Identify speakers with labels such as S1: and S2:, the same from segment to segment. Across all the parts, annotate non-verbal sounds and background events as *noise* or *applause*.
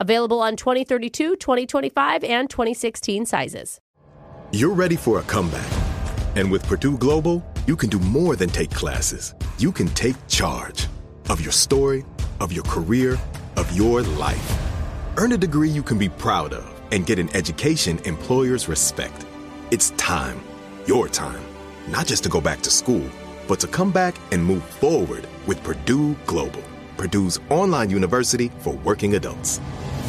S1: Available on 2032, 2025, and 2016 sizes.
S2: You're ready for a comeback. And with Purdue Global, you can do more than take classes. You can take charge of your story, of your career, of your life. Earn a degree you can be proud of and get an education employers respect. It's time, your time, not just to go back to school, but to come back and move forward with Purdue Global, Purdue's online university for working adults.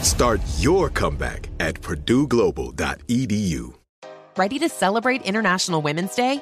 S2: Start your comeback at purdueglobal.edu.
S3: Ready to celebrate International Women's Day?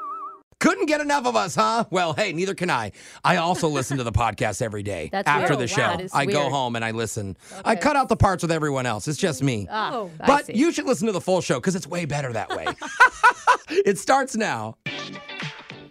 S4: Couldn't get enough of us, huh? Well, hey, neither can I. I also listen
S5: *laughs*
S4: to the podcast every day
S1: That's
S4: after
S1: weird.
S4: the
S1: Oh, wow,
S4: show.
S1: that is
S4: I go
S1: weird.
S4: home and I listen. I cut out the parts with everyone else. It's just me.
S1: Oh, I
S4: but
S1: see.
S4: you should listen to the full show because it's way better that
S5: *laughs*
S4: way. it starts now.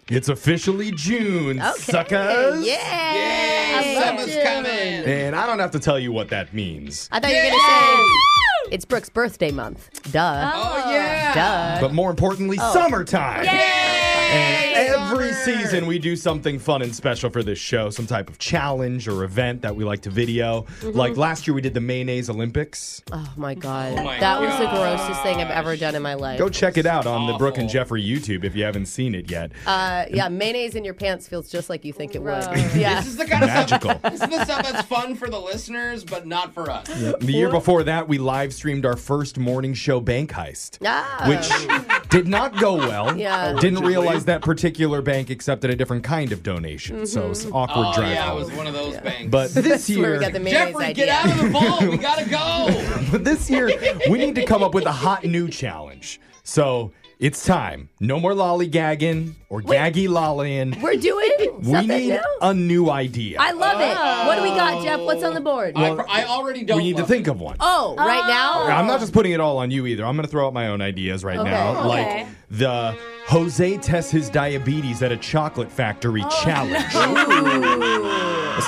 S6: It's officially
S5: *laughs*
S6: June,
S1: Okay.
S6: suckers.
S1: Yeah. I love it.
S6: And I don't have to tell you what that means.
S1: I thought you were going to say uh, it's Brooke's birthday month. Duh. Oh.
S4: Oh yeah.
S6: But more importantly, summertime. And every season we do something fun and special for this show, some type of challenge or event that we like to video. Like last year we did the mayonnaise Olympics.
S1: Mm-hmm. Oh my god. that was the grossest thing I've ever done in my life.
S6: Go check it out on the Brooke and Jeffrey YouTube if you haven't seen it yet.
S1: Uh, yeah, mayonnaise in your pants feels just like you think it would. *laughs* Yeah.
S5: This is the kind
S1: *laughs*
S6: Magical.
S5: of stuff. This is the stuff that's fun for the listeners, but not for us.
S6: The year before that, we live streamed our first morning show bank heist,
S1: Ah.
S6: which did not go well.
S1: *laughs* Yeah.
S6: Didn't realize that particular bank accepted a different kind of donation, so it
S1: Mm-hmm.
S6: was awkward
S5: Oh
S6: drive
S5: yeah, it
S6: home.
S5: was one of those banks.
S6: But this
S1: That's where we
S6: year,
S1: got the mayonnaise
S5: Jeffrey,
S1: idea.
S5: get out of the vault. We
S1: *laughs*
S5: gotta
S6: *laughs*
S5: go.
S6: but this year, we need to come up with a hot new challenge. So it's time. No more lollygagging or gaggy lollying.
S1: We're doing
S6: We
S1: something
S6: need
S1: new.
S6: a new idea.
S1: I love it. What do we got, Jeff? What's on the board?
S5: Oh. I, pr- I already don't.
S6: we need to
S5: love
S6: think of one.
S1: oh, right now?
S6: I'm not just putting it all on you either. I'm going to throw out my own ideas right now. Like the Jose tests his diabetes at a chocolate factory
S1: Oh,
S6: challenge.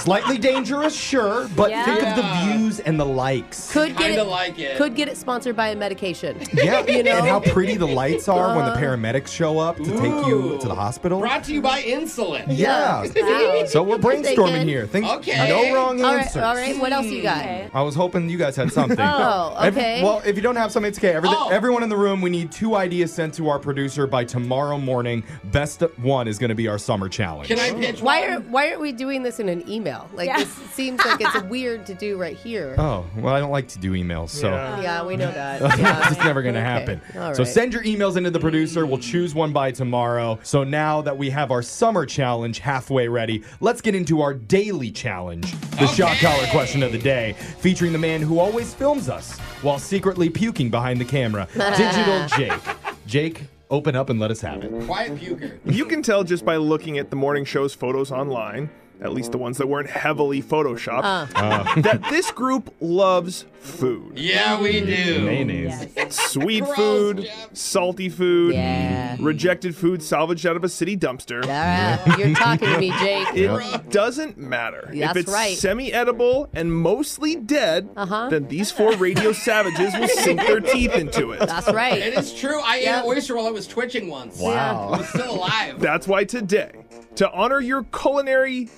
S6: Slightly dangerous, sure, but think of the views and the likes.
S1: Could get
S5: Kinda
S1: it,
S5: like it.
S1: Could get it sponsored by a medication. *laughs*
S6: Yeah, you know. And how pretty the lights are when
S1: Uh.
S6: the paramedics show up to take you to the hospital.
S5: it. Brought to you by insulin.
S4: *laughs*
S6: Yeah.
S1: Wow.
S6: *laughs* So
S1: *laughs*
S6: we're brainstorming
S1: Thinking.
S6: here. Think
S5: Okay.
S6: no wrong
S1: all right,
S6: answers.
S1: all right. What else you got?
S6: I was hoping you guys had something.
S1: Oh,
S6: Every-
S1: okay.
S6: well, if you don't have something, it's okay. Everyth-
S5: Oh.
S6: Everyone in the room, we need two ideas sent to our producer by tomorrow morning. Best of one is going to be our summer challenge.
S5: Can I pitch
S1: Why
S5: one?
S1: are why aren't we doing this in an email? Like this seems like
S7: *laughs*
S1: it's weird to do right here.
S6: Oh, well, I don't like to do emails, so.
S1: Yeah, we know
S6: *laughs*
S1: that.
S6: it's
S1: Yeah.
S6: just never going to
S1: Okay.
S6: happen.
S1: All
S6: So
S1: right.
S6: send your emails into the producer. We'll choose one by tomorrow. So now that we have our summer challenge halfway ready, let's get into our daily challenge the shot collar question of the day, featuring the man who always films us while secretly puking behind the
S1: *laughs*
S6: camera Digital Jake. Jake, open up and let us have it.
S5: Quiet puker.
S8: You can tell just by looking at the morning show's photos online at least the ones that weren't heavily photoshopped,
S1: Uh.
S6: Uh.
S8: that this group loves food.
S4: Yeah, we do.
S6: Mayonnaise.
S8: Sweet food, salty food,
S1: Yeah.
S8: rejected food salvaged out of a city dumpster.
S1: All right, you're talking to me, Jake.
S8: It doesn't matter.
S1: That's
S8: if it's
S1: right.
S8: semi edible and mostly dead,
S1: Uh-huh.
S8: then these four radio savages will sink their teeth into it.
S1: That's right.
S4: It is true. I ate an oyster while it was twitching once.
S1: Wow.
S4: It was still
S8: *laughs*
S4: alive.
S8: That's why today, to honor your culinary,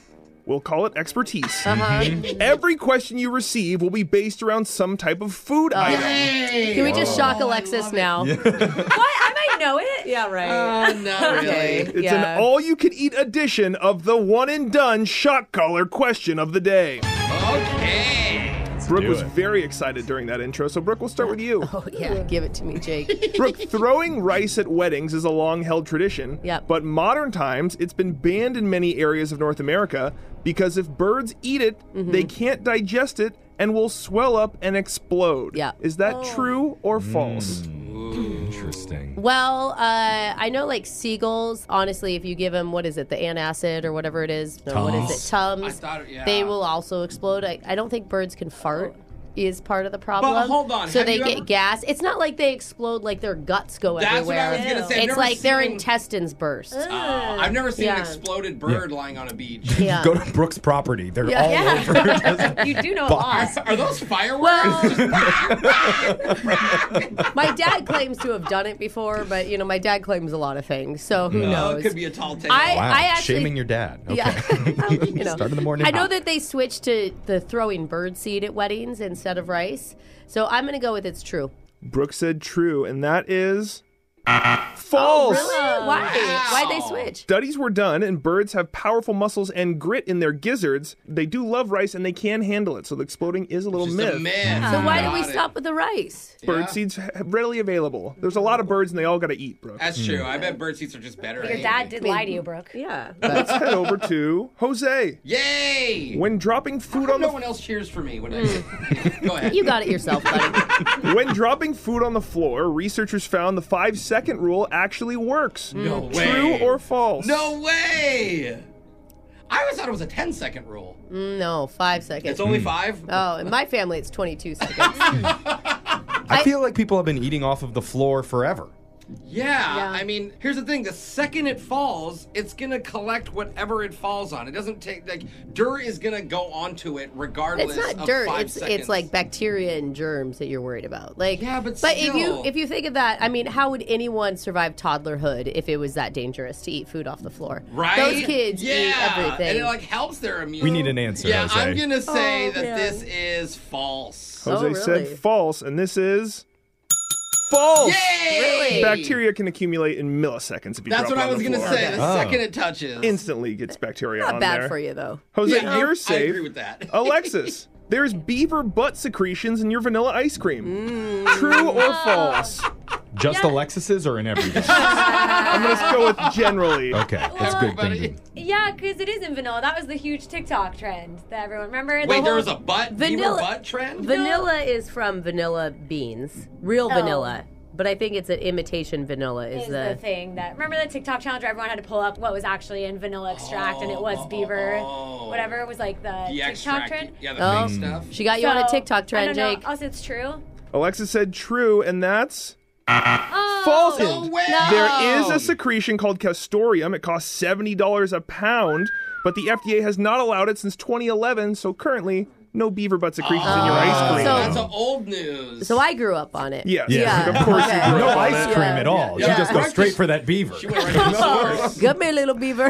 S8: we'll call it expertise,
S1: Uh-huh.
S8: Mm-hmm. every question you receive will be based around some type of food
S1: Oh.
S8: item.
S1: *laughs*
S4: Hey.
S1: Can we just shock Alexis now? Oh,
S7: What? I might know it.
S1: Yeah, right.
S4: Uh,
S8: *laughs*
S4: not really.
S8: It's
S1: yeah.
S8: an all you can eat edition of the one and done shot collar question of the day.
S4: Okay.
S8: Brooke
S6: do
S8: was
S6: it.
S8: very excited during that intro, so Brooke, we'll start with you.
S1: Oh, yeah, give it to me, Jake.
S8: Brooke, throwing rice at weddings is a long held tradition.
S1: Yep.
S8: But modern times, it's been banned in many areas of North America because if birds eat it,
S1: Mm-hmm.
S8: they can't digest it and will swell up and explode.
S1: Yeah.
S8: Is that true or
S4: Hmm.
S8: false?
S6: Interesting.
S1: Well, uh, I know like seagulls. Honestly, if you give them what is it, the antacid or whatever it is, or what is it, tums?
S4: I thought- yeah.
S1: They will also explode. I, I don't think birds can fart. Is part of the problem.
S4: Oh. hold on,
S1: So
S4: have
S1: they
S4: you
S1: get
S4: ever-
S1: gas. It's not like they explode like their guts go
S4: That's what
S1: everywhere.
S4: I was gonna say. I've
S1: It's
S4: never
S1: like their
S4: seen-
S1: intestines burst.
S4: Oh, I've never seen
S1: Yeah.
S4: an exploded bird lying on a beach.
S1: yeah.
S4: *laughs*
S6: Go to Brooks' property. *laughs* They're all over.
S1: *laughs*
S7: You do know a lot.
S4: Are those fireworks?
S1: my dad claims to have done it before, but you know, my dad claims a lot of things, so who
S4: oh,
S1: knows?
S4: it could be a tall tale.
S1: I,
S6: Wow.
S1: I actually
S6: Shaming your dad. Okay. *laughs*
S1: Yeah. *laughs* you know.
S6: Start in the morning.
S1: I know that they switched to the throwing bird seed at weddings instead of rice. So I'm going to go with it's true.
S8: Brooke said true, and that is
S1: Oh,
S4: Oh,
S8: false.
S1: Why? Why'd they switch?
S8: Studies were done, and birds have powerful muscles and grit in their gizzards. They do love rice and they can handle it, so the exploding is a little
S4: Just
S8: myth.
S4: a myth.
S1: So why did we
S4: Got it.
S1: stop with the rice?
S8: Bird seeds ha- readily available. There's a lot of birds, and they all got to eat, Brooke.
S4: That's true.
S1: Hmm.
S4: I bet bird seats are just better.
S7: Your
S4: anyway.
S7: dad did lie to you, Brooke.
S1: Yeah.
S8: Let's head over to Jose.
S4: Yay!
S8: When dropping food on
S4: no
S8: the
S4: one else cheers for me. When I *laughs* go ahead.
S1: Hmm. you got it yourself, buddy.
S8: *laughs* when dropping food on the floor, researchers found the five second rule actually works.
S4: No way.
S8: True or false?
S4: No way! I always thought it was a 10 second rule.
S1: Mm, no, five seconds.
S4: It's only five.
S1: oh, in my family,
S4: *laughs*
S1: it's 22 seconds.
S6: I feel like people have been eating off of the floor forever.
S4: yeah,
S1: Yeah.
S4: I mean, here's the thing: the second it falls, it's gonna collect whatever it falls on. It doesn't take like dirt is gonna go onto it regardless.
S1: It's not
S4: of
S1: dirt.
S4: Five
S1: It's
S4: seconds.
S1: it's like bacteria and germs that you're worried about. Like
S4: Yeah, but
S1: if you
S4: still.
S1: if you think of that, I mean, how would anyone survive toddlerhood if it was that dangerous to eat food off the floor?
S4: right.
S1: Those kids
S4: yeah,
S1: eat everything.
S4: and it like helps their immune.
S6: We need an answer,
S4: Yeah,
S6: Jose.
S4: I'm gonna say
S1: Oh,
S4: that
S1: man.
S4: this is false.
S8: Jose
S1: Oh, really?
S8: said false, and this is false.
S4: Yay!
S8: Bacteria can accumulate in milliseconds if you
S4: That's
S8: drop
S4: what
S8: it
S4: I
S8: on
S4: was
S8: the
S4: gonna
S8: floor.
S4: say. The
S6: Oh.
S4: second it touches,
S8: Instantly gets bacteria
S1: Not
S8: on
S1: bad
S8: there.
S1: for you though.
S8: Jose,
S4: Yeah,
S8: you're
S4: I
S8: safe.
S4: agree with that. *laughs*
S8: Alexis, there's beaver butt secretions in your vanilla ice cream.
S4: Mm.
S8: True or false?
S6: Just Alexis's or
S4: *laughs*
S6: in everything?
S8: I'm going to go with generally.
S6: Okay, that's good
S4: Everybody-
S6: thinking.
S7: *laughs* Yeah, because it is in vanilla. That was the huge TikTok trend that everyone remember. The
S4: Wait, there
S7: whole-
S4: was a butt beaver
S1: Vanilla-
S4: butt trend.
S1: Vanilla is from vanilla beans, real
S7: Oh.
S1: vanilla. But I think it's an imitation vanilla is,
S7: is
S1: the,
S7: the thing that remember the TikTok challenge where everyone had to pull up what was actually in vanilla extract and it was beaver, whatever was like the,
S4: Oh, the
S7: TikTok
S4: extract,
S7: trend.
S4: yeah, the
S1: Oh.
S4: fake stuff.
S1: She got you on a
S7: So,
S1: TikTok
S7: I
S1: trend,
S7: don't know.
S1: Jake.
S7: Also, it's true.
S8: Alexis said true, and that's
S7: Oh,
S8: false.
S4: No way!
S8: There is a secretion called castoreum. It costs $70 a pound, but the FDA has not allowed it since 2011, so currently, no beaver butt secretions in
S6: Oh.
S8: your ice cream.
S1: So-
S4: That's a old news.
S1: Oh. So I grew up on it.
S8: yes,
S1: Yeah.
S8: of course
S1: Okay.
S8: you grew
S6: No
S8: up on
S6: ice
S8: it.
S6: cream
S1: Yeah.
S6: at all.
S4: Yeah.
S6: You just go
S4: Practice-
S6: straight for that beaver.
S4: She went
S6: *laughs*
S4: right to the *laughs*
S1: *laughs*
S4: source.
S1: Come here, little beaver.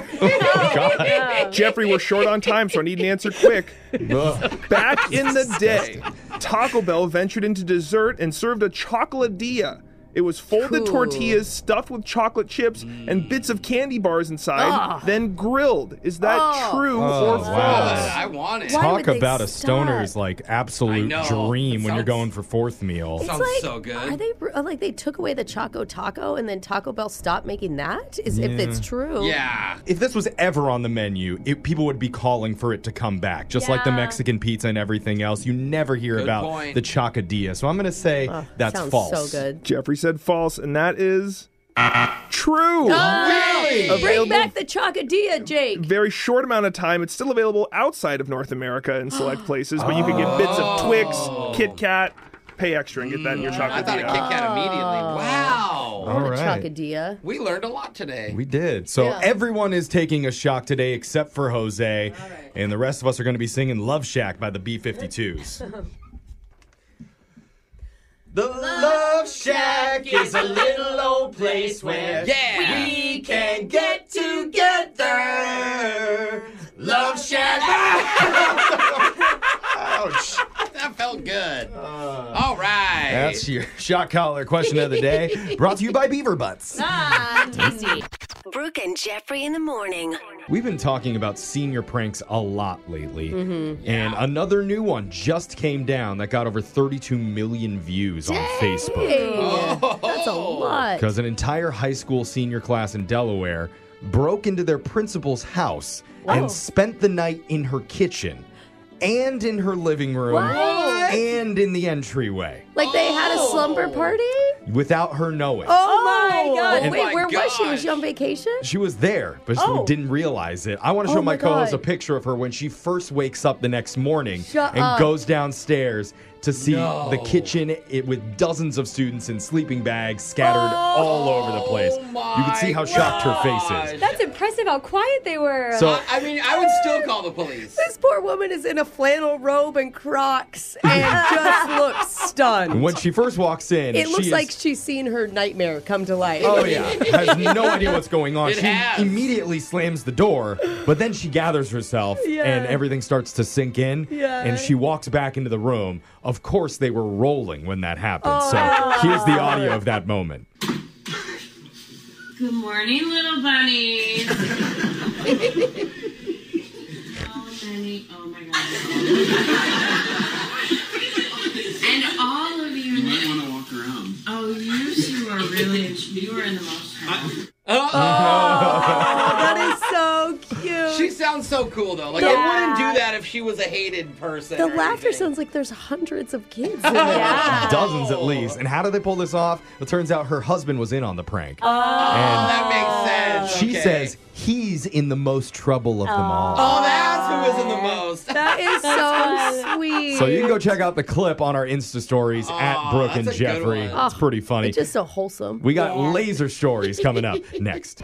S8: Jeffrey, we're short on time, so I need an
S4: *laughs*
S8: answer quick.
S6: Ugh.
S8: *laughs* Back in the day, Taco Bell ventured into dessert and served a chocoladilla. It was folded
S1: Ooh.
S8: tortillas stuffed with chocolate chips and bits of candy bars inside, then grilled. Is that
S1: Oh.
S8: true or
S6: Oh,
S8: false?
S6: wow.
S4: I want it.
S1: Why
S6: Talk
S1: would they
S6: about a
S1: stop?
S6: stoner's like absolute
S4: I know.
S6: dream
S4: It
S6: when you're
S4: sounds-
S6: going for fourth meal.
S4: Sounds
S1: It's
S4: so good.
S1: Are they br- like they took away the Choco Taco and then Taco Bell stopped making that? Is if it's true?
S4: Yeah.
S6: if this was ever on the menu, it, people would be calling for it to come back, just like the
S7: Yeah.
S6: Mexican pizza and everything else. You never hear
S4: Good
S6: about
S4: point.
S6: the chocadilla. So I'm going to say that's
S1: Oh, sounds
S6: false.
S1: so good.
S8: Jeffrey said false, and that is true.
S4: Really?
S2: Hey!
S1: Oh, Bring
S8: Available-
S1: back the chocadilla, Jake.
S8: Very short amount of time. It's still available outside of North America in select
S4: *gasps*
S8: places, but you can get bits of Twix, Kit Kat, pay extra and get that in your chocolate.
S4: Oh. Mm. I thought a Kit Kat immediately. Wow.
S6: All right.
S1: Oh. Chocadilla.
S4: We learned a lot today. *laughs*
S6: We did. So
S4: Yeah.
S6: everyone is taking a shock today except for Jose. And the rest of us are going to be singing Love Shack by the B 52s.
S9: The Love Shack is a little old place where
S4: Yeah.
S9: we can get together. Love Shack.
S4: Ouch. that felt good. All right.
S6: Uh. That's your *laughs* shock collar question of the day, brought to you by Beaver Butts.
S10: tasty. Brooke and Jeffrey in the morning.
S6: We've been talking about senior pranks a lot lately.
S10: Mhm.
S6: And another new one just came down that got over 32 million views on Facebook.
S9: Oh.
S1: That's a lot.
S6: Because an entire high school senior class in Delaware broke into their principal's house
S1: Oh.
S6: and spent the night in her kitchen and in her living room
S1: What?
S6: and in the entryway
S1: Like they had a
S6: Oh.
S1: slumber party?
S6: without her
S11: Oh
S6: knowing.
S1: my god.
S6: And-
S1: Wait, where was she? Was she on vacation?
S6: She was there, but
S1: Oh.
S6: she didn't realize it. I want to show
S1: Oh
S6: my,
S1: my
S6: co-host
S1: God.
S6: a picture of her when she first wakes up the next morning
S1: Shut
S6: and
S1: up.
S6: goes downstairs to see
S1: No.
S6: the kitchen it, with dozens of students in sleeping bags scattered
S1: Oh
S6: all over the place. You can see how shocked her face is.
S7: That's impressive how quiet they were.
S6: So-
S4: I mean, I would still
S8: *laughs*
S4: call the police.
S11: This poor woman is in a flannel robe and Crocs and
S1: *laughs*
S11: just looks stunned.
S6: And when she first walks in,
S11: It
S6: she
S11: looks
S6: is,
S11: like she's seen her nightmare come to life.
S6: Oh yeah, has no idea what's going on.
S11: It
S6: she
S11: has.
S6: immediately slams the door, but then she gathers herself,
S11: Yeah.
S6: and everything starts to sink in.
S11: Yeah.
S6: And she walks back into the room. Of course, they were rolling when that happened.
S12: Oh.
S6: So here's the audio of that moment.
S12: Good morning,
S11: *laughs*
S12: little bunnies. oh, Benny. Oh, my God. and all of you. You might want to walk around. Oh, you two are really, you are in the most trouble.
S1: *laughs* Oh,
S4: that
S11: is so cute.
S4: She sounds so cool though. Like they
S11: Yeah.
S4: wouldn't do that if she was a hated person.
S11: The
S4: or
S11: laughter
S4: anything.
S11: sounds like there's hundreds of kids.
S1: *laughs*
S11: In
S4: Yeah.
S6: Dozens at least. And how did they pull this off? It turns out her husband was in on the prank. Oh,
S4: that makes sense.
S6: She
S4: Okay.
S6: says he's in the most trouble of them all.
S4: Oh, that's who is in the most.
S11: That
S5: *laughs*
S11: is so sweet.
S6: So you can go check out the clip on our Insta stories at Brooke and
S1: that's a good
S6: Jeffrey.
S1: one.
S6: It's pretty funny.
S1: It's just so wholesome.
S6: We got laser stories coming
S1: *laughs*
S6: up next.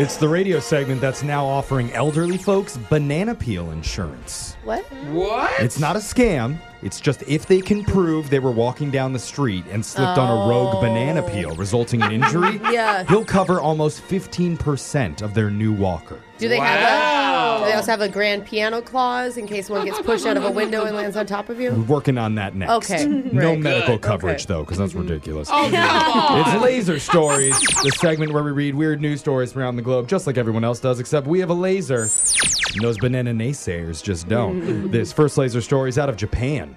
S6: It's the radio segment that's now offering elderly folks banana peel insurance.
S1: What?
S4: What?
S6: It's not a scam. It's just if they can prove they were walking down the street and slipped on a rogue banana peel, resulting in injury,
S1: Oh. *laughs* Yeah.
S6: he'll cover almost 15% of their new walker.
S1: Do they have a, do they also have a grand piano clause in case one gets pushed out of a window and lands on top of
S6: We're
S1: you?
S6: working on that next.
S1: Okay,
S6: No
S1: right.
S6: medical
S1: Good.
S6: coverage,
S1: Okay.
S6: though, because that's ridiculous.
S1: Oh, come on.
S6: It's Laser Stories, the segment where we read weird news stories from around the globe, just like everyone else does, except we have a laser. And those banana naysayers just
S1: *laughs*
S6: don't. this first laser story is out of Japan.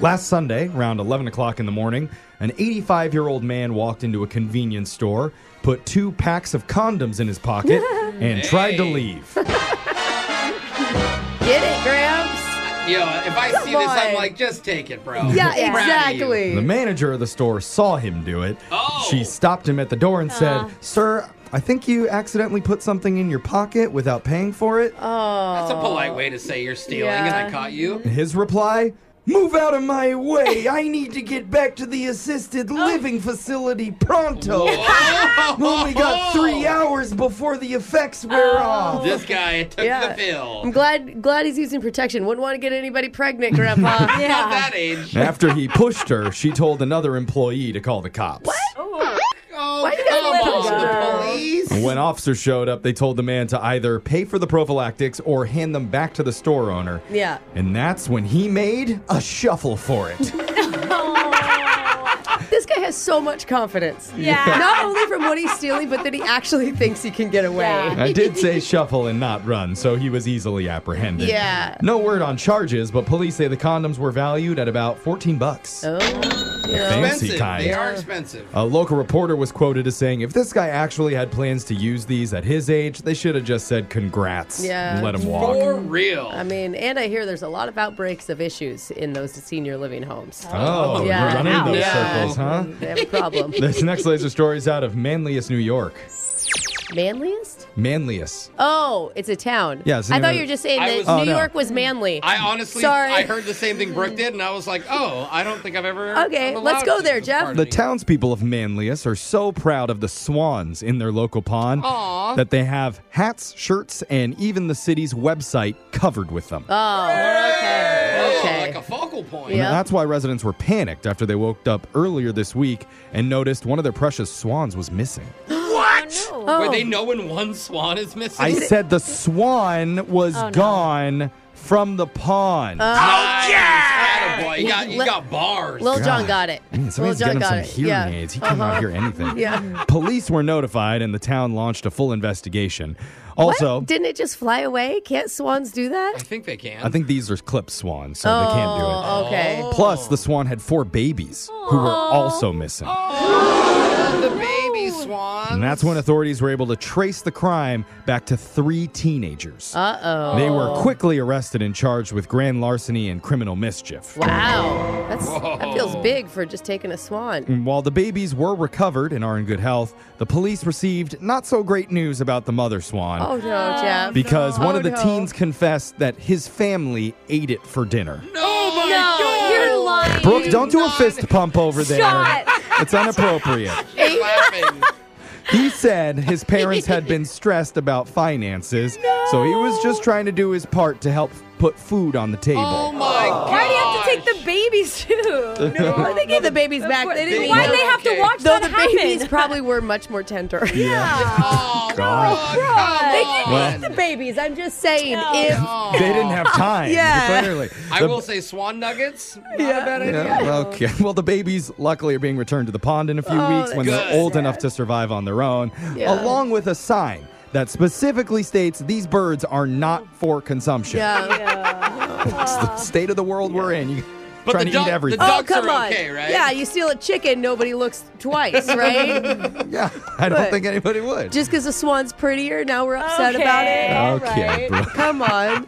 S6: Last Sunday, around 11 o'clock in the morning, an 85 year old man walked into a convenience store, put two packs of condoms in his
S1: *laughs*
S6: pocket, and tried to leave.
S1: Get it, Gramps.
S4: Yo, if I
S1: Come
S4: see this, I'm
S1: on.
S4: like, just take it, bro.
S1: Yeah,
S4: I'm proud of you.
S6: The manager of the store saw him do it. She stopped him at the door and said,
S1: Uh.
S6: Sir, I think you accidentally put something in your pocket without paying for it.
S1: Oh.
S4: That's a polite way to say you're stealing, and
S6: Yeah.
S4: I caught you.
S6: His reply, Move out of my way. I
S9: need to get back to the assisted living facility pronto.
S6: *laughs*
S9: Only got three hours before the effects wear off.
S4: This guy took
S1: Yeah.
S4: the pill.
S1: I'm glad glad he's using protection. Wouldn't want to get anybody pregnant, Grandpa. yeah.
S4: Not that age.
S6: After he pushed her, she told another employee to call the cops.
S4: Oh,
S1: Why you gotta
S4: come
S1: let him
S4: on,
S1: go?
S4: the police.
S6: And When officers showed up, they told the man to either pay for the prophylactics or hand them back to the store owner.
S1: Yeah.
S6: And that's when he made a shuffle for it.
S1: *laughs* This guy has so much confidence.
S6: Yeah.
S1: Not only from what he's stealing, but that he actually thinks he can get away.
S6: I did
S1: *laughs*
S6: say shuffle and not run, so he was easily apprehended.
S1: Yeah.
S6: No word on charges, but police say the condoms were valued at about 14 bucks.
S1: Oh.
S6: The fancy
S2: Expensive.
S6: kind.
S2: They are expensive.
S6: A local reporter was quoted as saying, if this guy actually had plans to use these at his age, they should have just said congrats
S1: Yeah.
S6: and let him walk.
S1: *laughs*
S2: real.
S1: I mean, and I hear there's a lot of outbreaks of issues in those senior living homes.
S6: Oh,
S1: yeah.
S6: you're running in those
S1: Yeah.
S6: circles, huh? *laughs*
S1: They have a problem.
S6: this next laser story is out of Manlius, New York.
S1: Manliest?
S6: Manlius.
S1: Oh, it's a town.
S6: Yeah, it's the
S1: I
S6: name
S1: thought
S6: of-
S1: you were just saying
S2: I
S1: that
S2: was-
S1: New
S2: Oh, no.
S1: York was manly.
S2: I honestly,
S1: Sorry.
S2: I heard the same thing Brooke did, and I was like, oh, I don't think I've ever.
S1: Okay, let's go
S4: *gasps*
S1: there, Jeff.
S6: The townspeople of Manlius are so proud of the swans in their local pond
S1: Aw.
S6: that they have hats, shirts, and even the city's website covered with them.
S1: Oh, okay.
S5: Oh,
S1: Okay.
S2: like a focal point.
S6: And That's why residents were panicked after they woke up earlier this week and noticed one of their precious swans was missing.
S2: What?
S1: Oh.
S2: Where they know when one swan is missing?
S6: I said the swan was
S2: Oh, no.
S6: gone from the
S1: Uh,
S6: pond.
S2: Oh, yeah! Attaboy. You got, you
S1: Li-
S2: got bars.
S1: Lil John
S6: God.
S1: got it.
S6: Man,
S1: Lil
S6: somebody's
S1: John
S6: getting
S1: got
S6: some
S1: it.
S6: hearing
S1: yeah. Uh-huh.
S6: aids. He cannot hear anything.
S1: Yeah.
S6: Police were notified and the town launched a full investigation. Also,
S1: What? didn't it just fly away? Can't swans do that? I
S2: think they can.
S6: I think these are clip swans, so they can't do it.
S1: Oh, okay.
S6: Plus, the swan had four babies who were also missing.
S1: Oh,
S2: the baby swan.
S6: And that's when authorities were able to trace the crime back to three teenagers.
S1: Uh oh.
S6: They were quickly arrested and charged with grand larceny and criminal mischief.
S1: Wow. That's, that feels
S6: Whoa.
S1: big for just taking a swan.
S6: And While the babies were recovered and are in good health, the police received not so great news about the mother swan.
S1: Oh, no, Jeff.
S6: Because one of
S1: Oh,
S6: the
S1: no.
S6: teens confessed that his family ate it for dinner.
S2: Oh
S1: my god. You're lying.
S6: Brooke, don't do a fist pump over there.
S1: Shut.
S6: It's inappropriate.
S2: She's laughing.
S6: He said
S1: *laughs*
S6: his parents had been stressed about finances, so he was just trying to do his part to help put food on the table.
S4: Oh
S1: Oh
S2: my
S11: Why do you have to take the babies too?
S6: No,
S1: they gave the babies back.
S11: They didn't
S1: Why
S11: Why'd
S1: do
S11: they have to watch
S1: Though
S11: that
S1: the babies
S11: happen?
S1: probably were much more tender.
S6: *laughs* Yeah.
S5: Oh,
S1: Oh,
S6: God.
S11: They
S6: come
S11: can
S6: on.
S11: eat the
S1: babies. I'm just saying. If
S6: They didn't have time.
S1: *laughs* Yeah.
S6: *laughs* Clearly.
S2: I
S6: The-
S2: will say swan nuggets. Not a bad idea.
S6: Yeah, okay. *laughs* Well, the babies luckily are being returned to the pond in a few
S2: Oh,
S6: weeks when
S2: that's
S6: they're old enough to survive on their own,
S1: Yeah.
S6: along with a sign that specifically states these birds are not for consumption. *laughs* It's the state of the world we're in. You
S2: But
S6: trying
S2: the
S6: to
S2: duck-
S6: eat
S2: the
S6: everything.
S1: Uh. oh, come on. Yeah, you steal a chicken, nobody looks twice, right?
S6: *laughs* Yeah, I don't
S1: But-
S6: think anybody would.
S1: Just because the swan's prettier, now we're upset about it.
S6: Okay, bro. *laughs*
S1: Come on.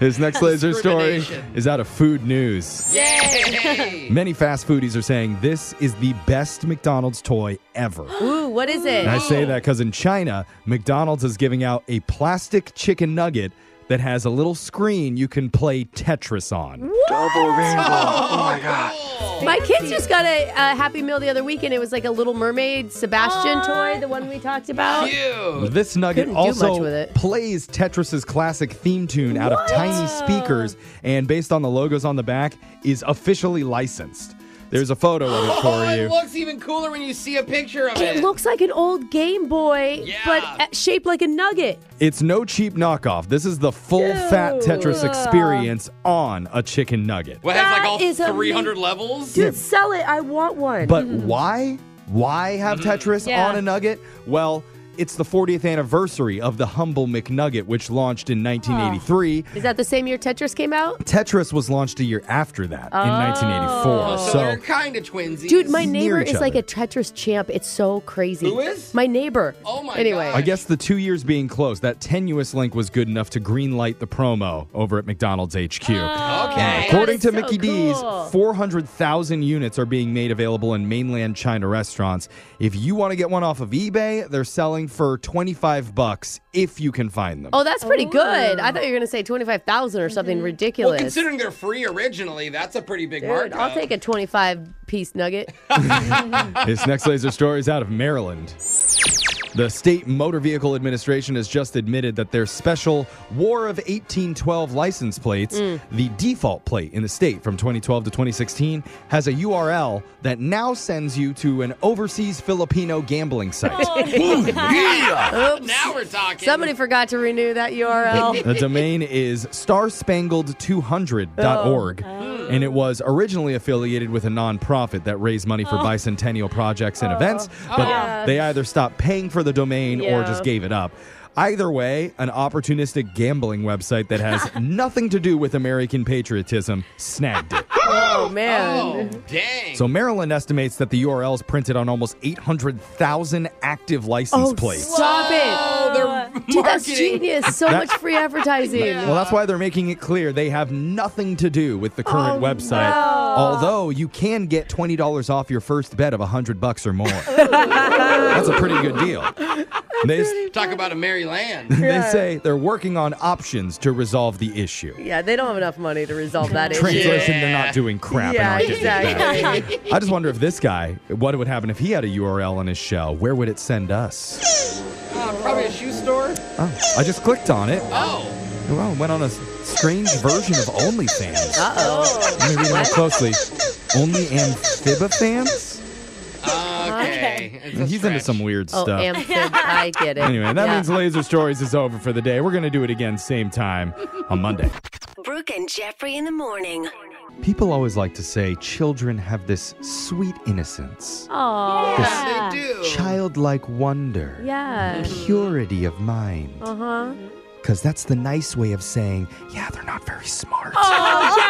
S6: His next laser story
S1: Discrimination.
S6: is out of food news.
S1: Yay!
S6: Many fast foodies are saying this is the best McDonald's toy ever.
S1: Ooh, what is it?
S6: And I say that because in China, McDonald's is giving out a plastic chicken nugget that has a little screen you can play Tetris on.
S1: Double
S6: rainbow.
S1: Oh
S6: my god.
S1: My kids just got a, a Happy Meal the other week, and it was like a Little Mermaid Sebastian toy, the one we talked about.
S6: This nugget
S1: Couldn't do much
S6: also
S1: with it.
S6: plays Tetris's classic theme tune out
S1: What?
S6: of tiny speakers, and based on the logos on the back, is officially licensed. There's a photo of
S1: *laughs*
S6: it
S2: Oh,
S6: for
S2: it
S6: you.
S2: looks even cooler when you see a picture of it.
S1: It looks like an old Game Boy, but uh, shaped like a nugget.
S6: It's no cheap knockoff. This is the full fat Tetris
S1: Ew.
S6: experience on a chicken nugget.
S2: What has like
S1: That
S2: all
S1: is amazing.
S2: 300 levels?
S1: Dude, sell it. I want one. Mm-hmm.
S6: But why? Why have
S2: Mhm.
S6: Tetris
S1: Yeah.
S6: on a nugget? Well, it's the 40th anniversary of the humble McNugget, which launched in 1983.
S1: Is that the same year Tetris came out?
S6: Tetris was launched a year after that
S1: Oh.
S6: in 1984.
S2: Oh, So, they're
S6: So,
S2: kind of twinsies.
S1: Dude, my neighbor
S6: near each
S1: is like a Tetris champ. It's so crazy.
S2: Who is?
S1: My neighbor.
S2: Oh my
S1: Anyway.
S6: I guess the two years being close, that tenuous link was good enough to greenlight the promo over at McDonald's HQ.
S2: Oh, okay.
S6: According to
S2: That is so
S6: Mickey D's,
S2: cool.
S6: 400,000 units are being made available in mainland China restaurants. If you want to get one off of eBay, they're selling for 25 bucks if you can find them.
S1: Oh, that's pretty good. I thought you were going to say 25,000 or something ridiculous.
S2: Mm-hmm. Well, considering they're free originally, that's a pretty big
S1: Dude,
S2: markup.
S1: I'll take a 25 piece
S2: *laughs*
S1: nugget.
S6: This next laser story is out of Maryland. The State Motor Vehicle Administration has just admitted that their special War of 1812 license plates,
S13: Mm.
S6: the default plate in the state from 2012 to 2016, has a URL that now sends you to an overseas Filipino gambling site.
S2: *laughs*
S6: Ooh, yeah!
S1: Oops.
S2: Now we're talking.
S1: Somebody forgot to renew that
S13: Oh.
S1: URL.
S6: the domain is starspangled200.org,
S13: Oh.
S6: and it was originally affiliated with a nonprofit that raised money for bicentennial projects and events, but
S13: Oh.
S6: they either stopped paying for the domain or
S13: Yeah.
S6: just gave it up. Either way, an
S13: *laughs*
S6: opportunistic gambling website that has nothing to do with American patriotism snagged it.
S11: Oh, man.
S4: dang.
S6: So Maryland estimates that the URL is printed on almost 800,000 active license
S13: Oh,
S6: plates.
S1: Stop it. Dude, that's
S4: marketing.
S1: genius. So
S6: That-
S1: much free advertising.
S6: Well, that's why they're making it clear they have nothing to do with the current
S11: Oh,
S6: website. Although you can get twenty dollars off your first bet of hundred bucks or
S11: *laughs*
S6: more. that's a
S1: *laughs*
S6: pretty *laughs* good deal. They,
S4: Talk about a merry land.
S6: *laughs* they say they're working on options to resolve the issue.
S11: Yeah, they don't have enough money to resolve that issue.
S6: Translation: They're not doing crap.
S11: Yeah,
S6: and aren't getting it back.
S11: exactly.
S6: I just wonder if this guy, what would happen if he had a URL on his shell? Where would it send us?
S4: Uh, probably a shoe store.
S6: Oh, I just clicked on it.
S4: Oh.
S6: Well, it went on a strange version of OnlyFans.
S11: Uh oh.
S6: Let me read more closely. Only amphibifans?
S4: Okay.
S6: He's into some weird
S11: Oh,
S6: stuff.
S11: amphib. I get it.
S6: anyway, that
S11: Yeah.
S6: means Laser Stories is over for the day. We're going to do it again same time on Monday.
S10: Brooke and Jeffrey in the morning.
S6: People always like to say children have this sweet innocence,
S1: Oh,
S10: Yeah,
S1: they do.
S6: childlike wonder,
S1: Yeah.
S6: purity of mind.
S1: Uh huh.
S6: Because that's the nice way of saying, Uh-huh. yeah, they're not very smart.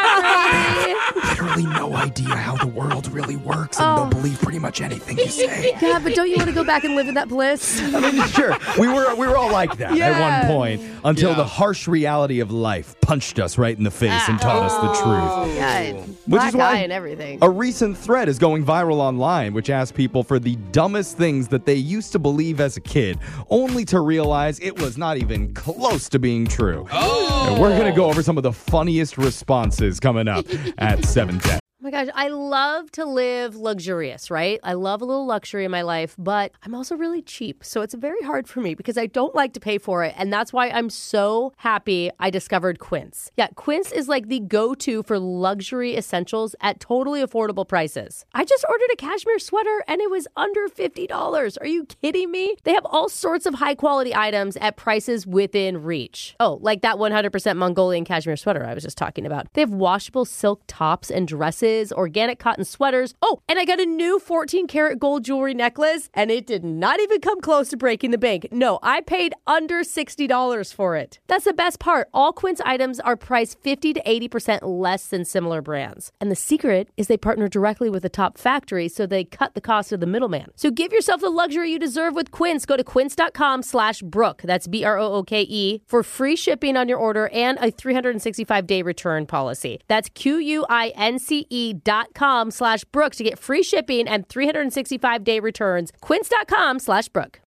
S1: Oh, Jeffrey.
S6: *laughs* Literally no idea how the world really works, and they'll believe pretty much anything you say.
S1: Yeah, but don't you want to go back and live in that bliss?
S6: *laughs* I mean, sure, we were we were all like that
S1: Yeah.
S6: at one point until the harsh reality of life punched us right in the face and taught us the truth.
S11: Yeah, Ah.
S6: Which
S11: Oh. black
S6: is why
S11: eye and everything.
S6: A recent thread is going viral online, which asks people for the dumbest things that they used to believe as a kid, only to realize it was not even close to being true. Oh. And we're gonna go over some of the funniest responses
S11: *laughs*
S6: coming up at seven ten.
S1: Oh my gosh, I love to live luxurious, right? I love a little luxury in my life, but I'm also really cheap. So it's very hard for me because I don't like to pay for it. And that's why I'm so happy I discovered Quince. Yeah, Quince is like the go to for luxury essentials at totally affordable prices. I just ordered a cashmere sweater and it was under $50. Are you kidding me? They have all sorts of high quality items at prices within reach. Oh, like that 100% Mongolian cashmere sweater I was just talking about. They have washable silk tops and dresses, organic cotton sweaters. Oh, and I got a new 14 karat gold jewelry necklace, and it did not even come close to breaking the bank. No, I paid under $60 for it. That's the best part. All Quince items are priced 50 to 80% less than similar brands. And the secret is they partner directly with the top factory, so they cut the cost of the middleman. So give yourself the luxury you deserve with Quince. Go to quince.com slash Brooke, that's B-R-O-O-K-E, E for free shipping on your order and a 365-day return policy. That's Q-U-I-N-C-E E dot com slash Brooke to get free shipping and 365-day returns. Quince.com slash Brooke.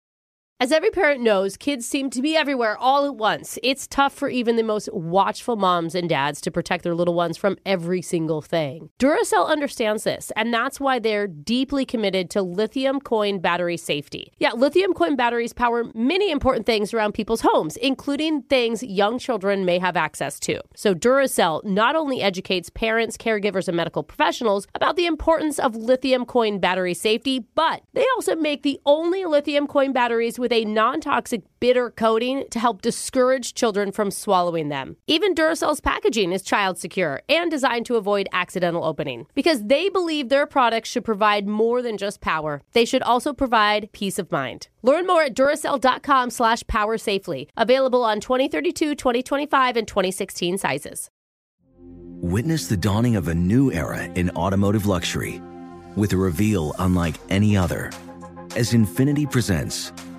S1: As every parent knows, kids seem to be everywhere all at once. It's tough for even the most watchful moms and dads to protect their little ones from every single thing. Duracell understands this, and that's why they're deeply committed to lithium coin battery safety. Yeah, lithium coin batteries power many important things around people's homes, including things young children may have access to. So Duracell not only educates parents, caregivers, and medical professionals about the importance of lithium coin battery safety, but they also make the only lithium coin batteries with a non toxic bitter coating to help discourage children from swallowing them. Even Duracell's packaging is child secure and designed to avoid accidental opening because they believe their products should provide more than just power. They should also provide peace of mind. Learn more at Duracell.com slash power safely. Available on 2032, 2025, and 2016 sizes.
S13: Witness the dawning of a new era in automotive luxury with a reveal unlike any other as Infinity presents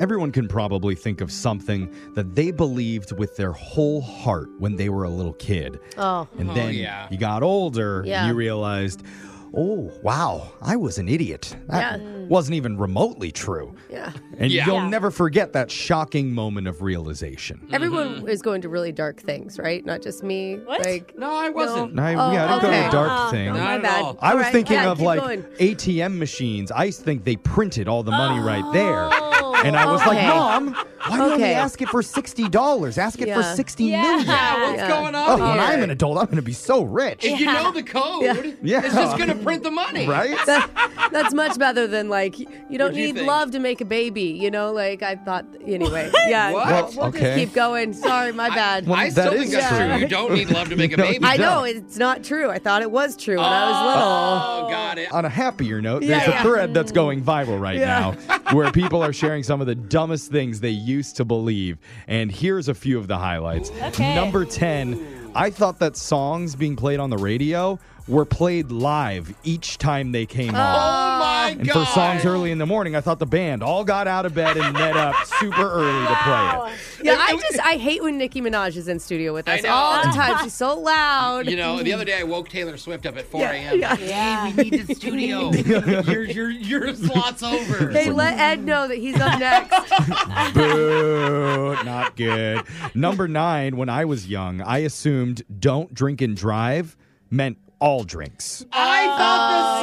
S6: Everyone can probably think of something that they believed with their whole heart when they were a little kid.
S14: Oh.
S6: And then you got older
S14: Yeah.
S6: and you realized, oh, wow, I was an idiot. That
S14: Yeah.
S6: wasn't even remotely true.
S14: Yeah.
S6: And you'll never forget that shocking moment of realization.
S4: Mm-hmm.
S1: Everyone is going to really dark things, right? Not just me. What? Like,
S4: no, I
S6: No, I, yeah, I didn't go to the dark thing.
S1: Uh-huh. my bad.
S6: I was
S1: All right.
S6: thinking
S1: Yeah,
S6: of
S1: keep
S6: like
S1: going.
S6: ATM machines. I think they printed all the money right there. And I was like,
S1: Oh. okay.
S6: Mom, why do you only
S1: Okay.
S6: ask it for sixty dollars? Ask it for
S1: Yeah.
S6: sixty
S1: Yeah,
S6: million.
S1: what's Yeah. going on
S6: Oh, when
S1: here?
S6: I'm an adult, I'm gonna be so rich.
S4: If you know the code,
S6: Yeah.
S4: it's just going to print the money.
S6: Right?
S1: That- that's much better than like you don't
S4: What'd you
S1: need
S4: think?
S1: love to make a baby. You know, like I thought. Anyway, yeah.
S6: What?
S1: we'll-
S6: Well,
S1: We'll
S6: okay.
S1: just keep going. Sorry, my bad.
S6: Well, I still that think is that's true. true.
S4: You don't
S6: *laughs*
S4: need love to make a
S6: No,
S4: baby.
S6: you
S1: I know
S6: don't.
S1: it's not true. I thought it was true when I was little.
S4: Oh, got it.
S6: On a happier note,
S1: Yeah,
S6: there's
S1: yeah.
S6: a thread that's going viral right
S1: Yeah.
S6: now where people are sharing some of the dumbest things they used to believe. And here's a few of the highlights.
S5: Okay.
S6: Number 10, I thought that songs being played on the radio were played live each time they came
S5: Oh
S6: on.
S5: my
S6: And for songs early in the morning, I thought the band all got out of bed and met up super early to play it.
S1: Yeah, I just I hate when Nicki Minaj is in studio with
S4: I
S1: us
S4: know.
S1: all the
S6: *laughs*
S1: time. She's so loud.
S4: You know, the other day I woke Taylor Swift up at 4
S1: *laughs*
S4: a.m.
S1: Yeah.
S4: Hey, we need the
S6: *laughs*
S4: studio. your, your, your slot's over.
S1: They let Ed know that he's
S6: *laughs*
S1: up next.
S6: Boo, not good. Number nine, when I was young, I assumed don't drink and drive meant all drinks.
S4: I
S1: Oh,
S4: thought the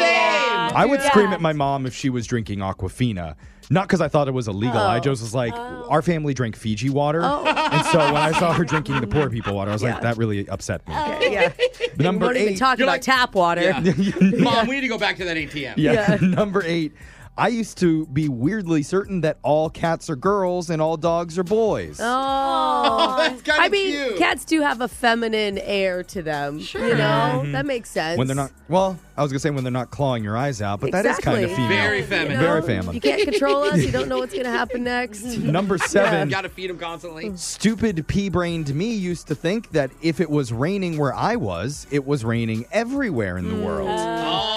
S4: same.
S6: I would scream at my mom if she was drinking Aquafina. Not because I thought it was illegal. I just was like, our family drank Fiji water.
S1: Oh.
S6: And so when I saw her drinking the poor people water, I was like, that really upset me.
S1: *laughs* yeah.
S6: Number
S1: Won't even
S6: eight.
S1: talk about tap water. *laughs*
S4: Mom, we need to go back to that ATM.
S6: Yeah. *laughs* Number eight. I used to be weirdly certain that all cats are girls and all dogs are boys.
S1: Oh,
S4: *laughs* that's kinda
S1: I mean,
S4: cute.
S1: cats do have a feminine air to them. Sure. You know,
S6: Mhm.
S1: that makes sense.
S6: When they're not, well, I was gonna say when they're not clawing your eyes out, but that is kind of
S1: Exactly.
S6: female.
S4: Very feminine.
S6: Very
S4: You
S6: feminine.
S1: You can't control us. You don't know what's going to happen
S6: *laughs*
S1: next.
S6: Number *laughs* seven.
S4: Got to feed him constantly.
S6: Stupid pea brained me used to think that if it was raining where I was, it was raining everywhere in the world.
S4: *laughs*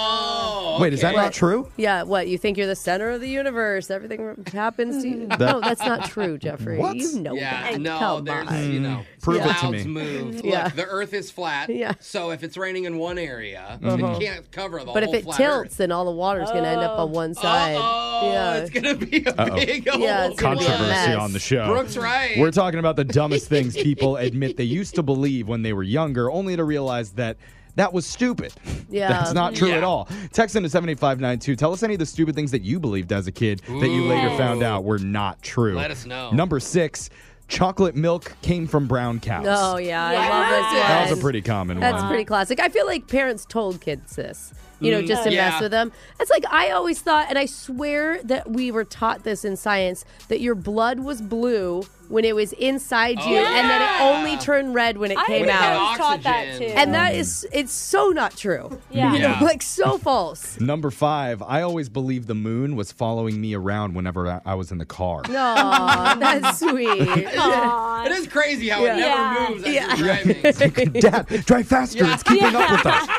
S4: Oh.
S6: Wait, is that not true?
S1: Yeah, what? You think you're the center of the universe. Everything happens
S6: *laughs*
S1: to you.
S6: That-
S1: no, that's not
S6: *laughs*
S1: true, Jeffrey.
S4: What?
S1: You know
S4: yeah,
S1: that.
S4: no,
S1: Come
S4: there's
S1: on.
S4: you know
S6: Mm. Prove it to
S4: clouds
S6: me.
S1: *laughs*
S4: move. Look,
S1: Yeah.
S4: the Earth is flat.
S1: Yeah.
S4: So if it's raining in one area,
S1: Mhm.
S6: Uh-huh.
S4: it can't cover the
S1: But
S4: whole
S1: if it
S4: flat Oh.
S1: tilts, then all the water's going to end up on one side.
S5: *laughs*
S1: yeah.
S4: Earth. It's gonna be a
S6: Uh-oh.
S4: big old
S1: Yeah, it's gonna be a
S6: Controversy
S1: mess.
S6: on the show.
S4: Brooke's right.
S6: We're talking about the dumbest things people admit they used to believe when they were younger, only to realize that that was stupid.
S1: Yeah.
S6: That's not true
S1: Yeah.
S6: at all. Text into 78592. Tell us any of the stupid things that you believed as a kid that you later
S4: Ooh.
S6: found out were not true.
S4: Let us know.
S6: Number six, chocolate milk came from brown cows.
S1: Oh yeah, I love this one.
S6: That was a pretty common
S1: That's
S6: one.
S1: pretty classic. I feel like parents told kids this, you know,
S6: Mm.
S1: just to
S6: Yeah.
S1: mess with them. It's like I always thought, and I swear that we were taught this in science that your blood was blue when it was inside you,
S7: Oh,
S1: and that it
S7: yeah.
S1: only turned red when it
S7: I
S1: came
S7: was
S1: out.
S7: always taught that too.
S1: And that is, it's so not true.
S7: *laughs* Yeah.
S1: You know,
S6: Yeah.
S1: like so false.
S6: Number five, I always believed the moon was following me around whenever I- I was in the car.
S1: No,
S4: *laughs*
S1: that's sweet.
S4: It is crazy how
S1: Yeah.
S4: it never
S1: Yeah.
S4: moves. as
S6: *laughs*
S1: Yeah.
S5: *laughs*
S4: you're driving.
S6: Dad, drive faster. It's keeping up with us.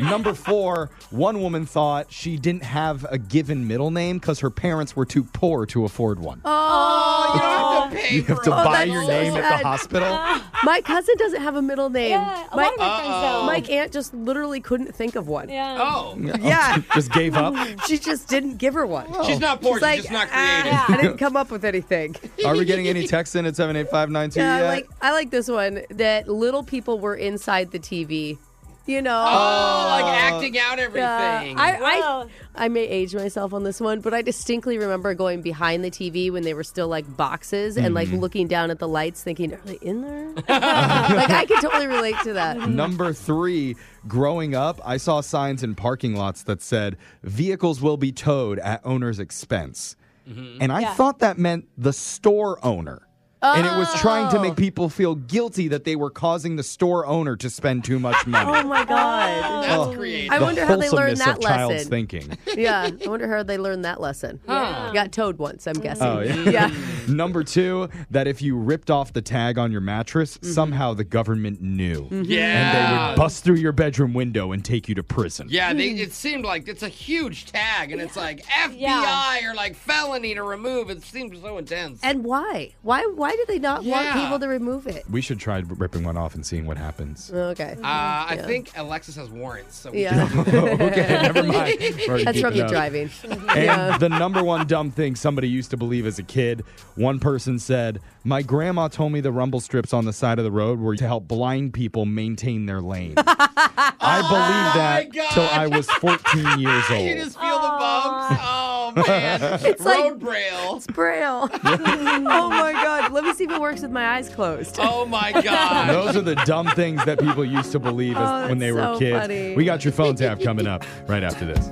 S6: Number four, one woman thought she didn't have a given middle name because her parents were too poor to afford one.
S1: Oh,
S4: you don't have to
S6: You have to
S1: Oh,
S6: buy
S1: that's
S6: your
S1: so
S6: name at
S1: sad.
S6: the hospital.
S1: *laughs* My cousin doesn't have a middle name. Yeah,
S7: a lot of my friends don't.
S1: Mike aunt just literally couldn't think of one.
S7: Yeah.
S4: Oh.
S1: Yeah.
S6: *laughs* Just gave
S1: *laughs*
S6: up.
S1: She just didn't give her one.
S4: She's not poor, she's
S1: like,
S4: just not
S1: "Ah,
S4: creative."
S1: I didn't come up with anything.
S6: Are we getting any texts in at 78592
S1: Yeah, I
S6: yet?
S1: like I like this one that little people were inside the TV. You know.
S5: Uh,
S4: Oh, like acting out
S1: Yeah.
S4: everything.
S1: I, I I may age myself on this one, but I distinctly remember going behind the TV when they were still like boxes and like
S6: Mhm.
S1: looking down at the lights, thinking, "Are they in there?"
S6: *laughs*
S1: like I can totally relate to that.
S6: Number three, growing up, I saw signs in parking lots that said, vehicles will be towed at owner's expense. And I
S4: Mm-hmm.
S1: Yeah.
S6: thought that meant the store owner. and it was trying to make people feel guilty that they were causing the store owner to spend too much money.
S5: Oh *laughs* my god.
S6: Oh,
S5: I
S6: the
S5: wonder how they learned
S6: wholesomeness
S5: that
S6: of child's
S5: lesson.
S6: thinking.
S5: *laughs* yeah, I wonder how they learned that lesson. You got towed once, I'm guessing.
S6: Oh, yeah. *laughs* Number two, that if you ripped off the tag on your mattress, somehow the government knew.
S4: Mhm.
S6: And they
S4: Yeah.
S6: would bust through your bedroom window and take you to prison.
S4: Yeah,
S1: hmm.
S4: they, it seemed like it's a huge tag, and it's like FBI or like felony to remove. It seemed so intense.
S5: And why? Why? Why do they not want
S4: Yeah.
S5: people to remove it?
S6: We should try ripping one off and seeing what happens.
S5: Okay.
S4: Uh, I
S5: Yeah.
S4: think Alexis has warrants, so we
S5: Yeah.
S6: *laughs*
S4: can-
S6: okay, never mind. Already
S5: That's from
S6: keeping
S5: you
S6: up.
S5: driving.
S6: And
S5: yeah.
S6: the number one dumb thing somebody used to believe as a kid, one person said, My grandma told me the rumble strips on the side of the road were to help blind people maintain their lane.
S1: Oh
S6: I believed that till I was 14 years
S5: *laughs*
S6: old.
S4: you just feel the bumps. Oh
S6: *laughs*
S4: man,
S5: It's
S4: road
S5: like-
S4: braille.
S5: It's braille.
S4: *laughs*
S5: *laughs* oh my god. Let me see if it works with my eyes closed.
S4: Oh my
S5: *laughs*
S4: god.
S6: Those are the dumb things that people used to believe
S10: Oh,
S6: as, when they were
S10: that's so
S6: kids.
S10: funny.
S6: We got your phone tab coming up right after this.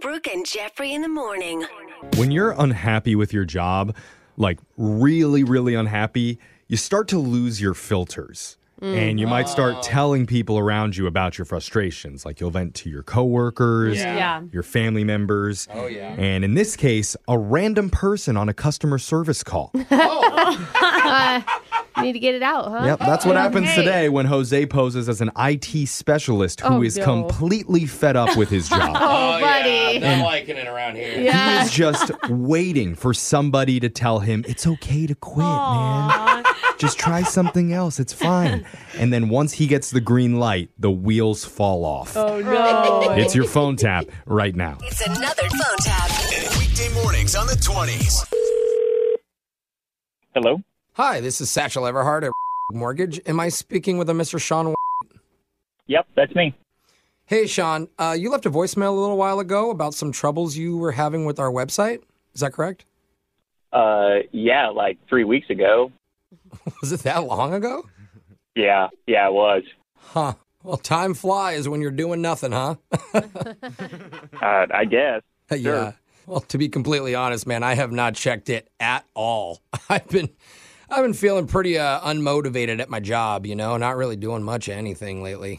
S10: Brooke and Jeffrey in the morning.
S6: When you're unhappy with your job, like really, really unhappy, you start to lose your filters.
S14: Mm.
S6: And you might start telling people around you about your frustrations. Like you'll vent to your coworkers,
S14: Yeah. Yeah.
S6: your family members.
S14: Oh, yeah.
S6: And in this case, a random person on a customer
S5: *laughs*
S6: service call.
S5: You Need to get it out, huh?
S6: Yep, that's what happens
S5: Okay.
S6: today when Jose poses as an IT specialist who is
S5: Oh, no.
S6: completely fed up
S5: *laughs*
S6: with
S4: *laughs*
S6: his job.
S5: Oh, buddy.
S4: Yeah, not liking it around here.
S6: He is just waiting for somebody to tell him it's okay to quit, man. Just try something else. It's fine. And then once he gets the green light, the wheels fall off.
S10: Oh, no.
S6: It's your phone tap right now.
S10: It's another phone tap.
S15: Weekday mornings on the 20s.
S4: Hello. Hi, this is Satchel Everhart at *laughs* Mortgage. Am I speaking with a Mr. Sean? Yep, that's me. Hey, Sean. Uh, you left a voicemail a little while ago about some troubles you were having with our website. Is that correct?
S16: Uh, yeah, like three weeks ago.
S4: *laughs* Was it that long ago?
S16: Yeah, yeah, it was.
S4: Huh. Well, time flies when you're doing nothing, huh? *laughs*
S16: Uh, I guess.
S4: yeah. Well, to be completely honest, man, I have not checked it at all. *laughs* I've been, I've been feeling pretty uh, unmotivated at my job. You know, not really doing much of anything lately.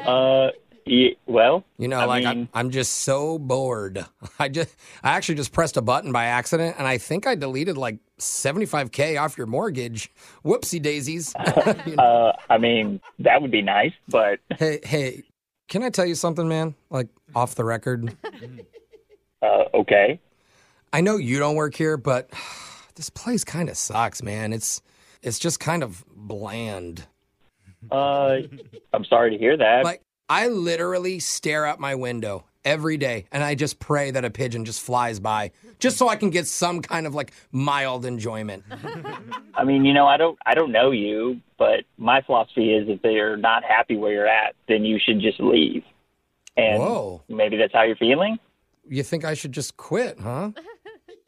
S16: Uh, y- well,
S4: You know,
S16: I
S4: like
S16: mean-
S4: I'm, I'm just so bored. *laughs* I just, I actually just pressed a button by accident, and I think I deleted like 75k off your mortgage. Whoopsie daisies. *laughs*
S16: uh, I mean, that would be nice, but
S4: hey, hey, can I tell you something, man? Like off the record.
S16: uh, okay.
S4: I know you don't work here, but *sighs* this place kind of sucks, man. It's, it's just kind of bland.
S16: Uh, I'm sorry to hear that.
S4: Like I literally stare out my window every day and I just pray that a pigeon just flies by just so I can get some kind of like mild enjoyment.
S16: I mean, you know, I don't, I don't know you, but my philosophy is if they're not happy where you're at, then you should just leave. And
S4: Whoa.
S16: maybe that's how you're feeling.
S4: *laughs* You think I should just quit, huh?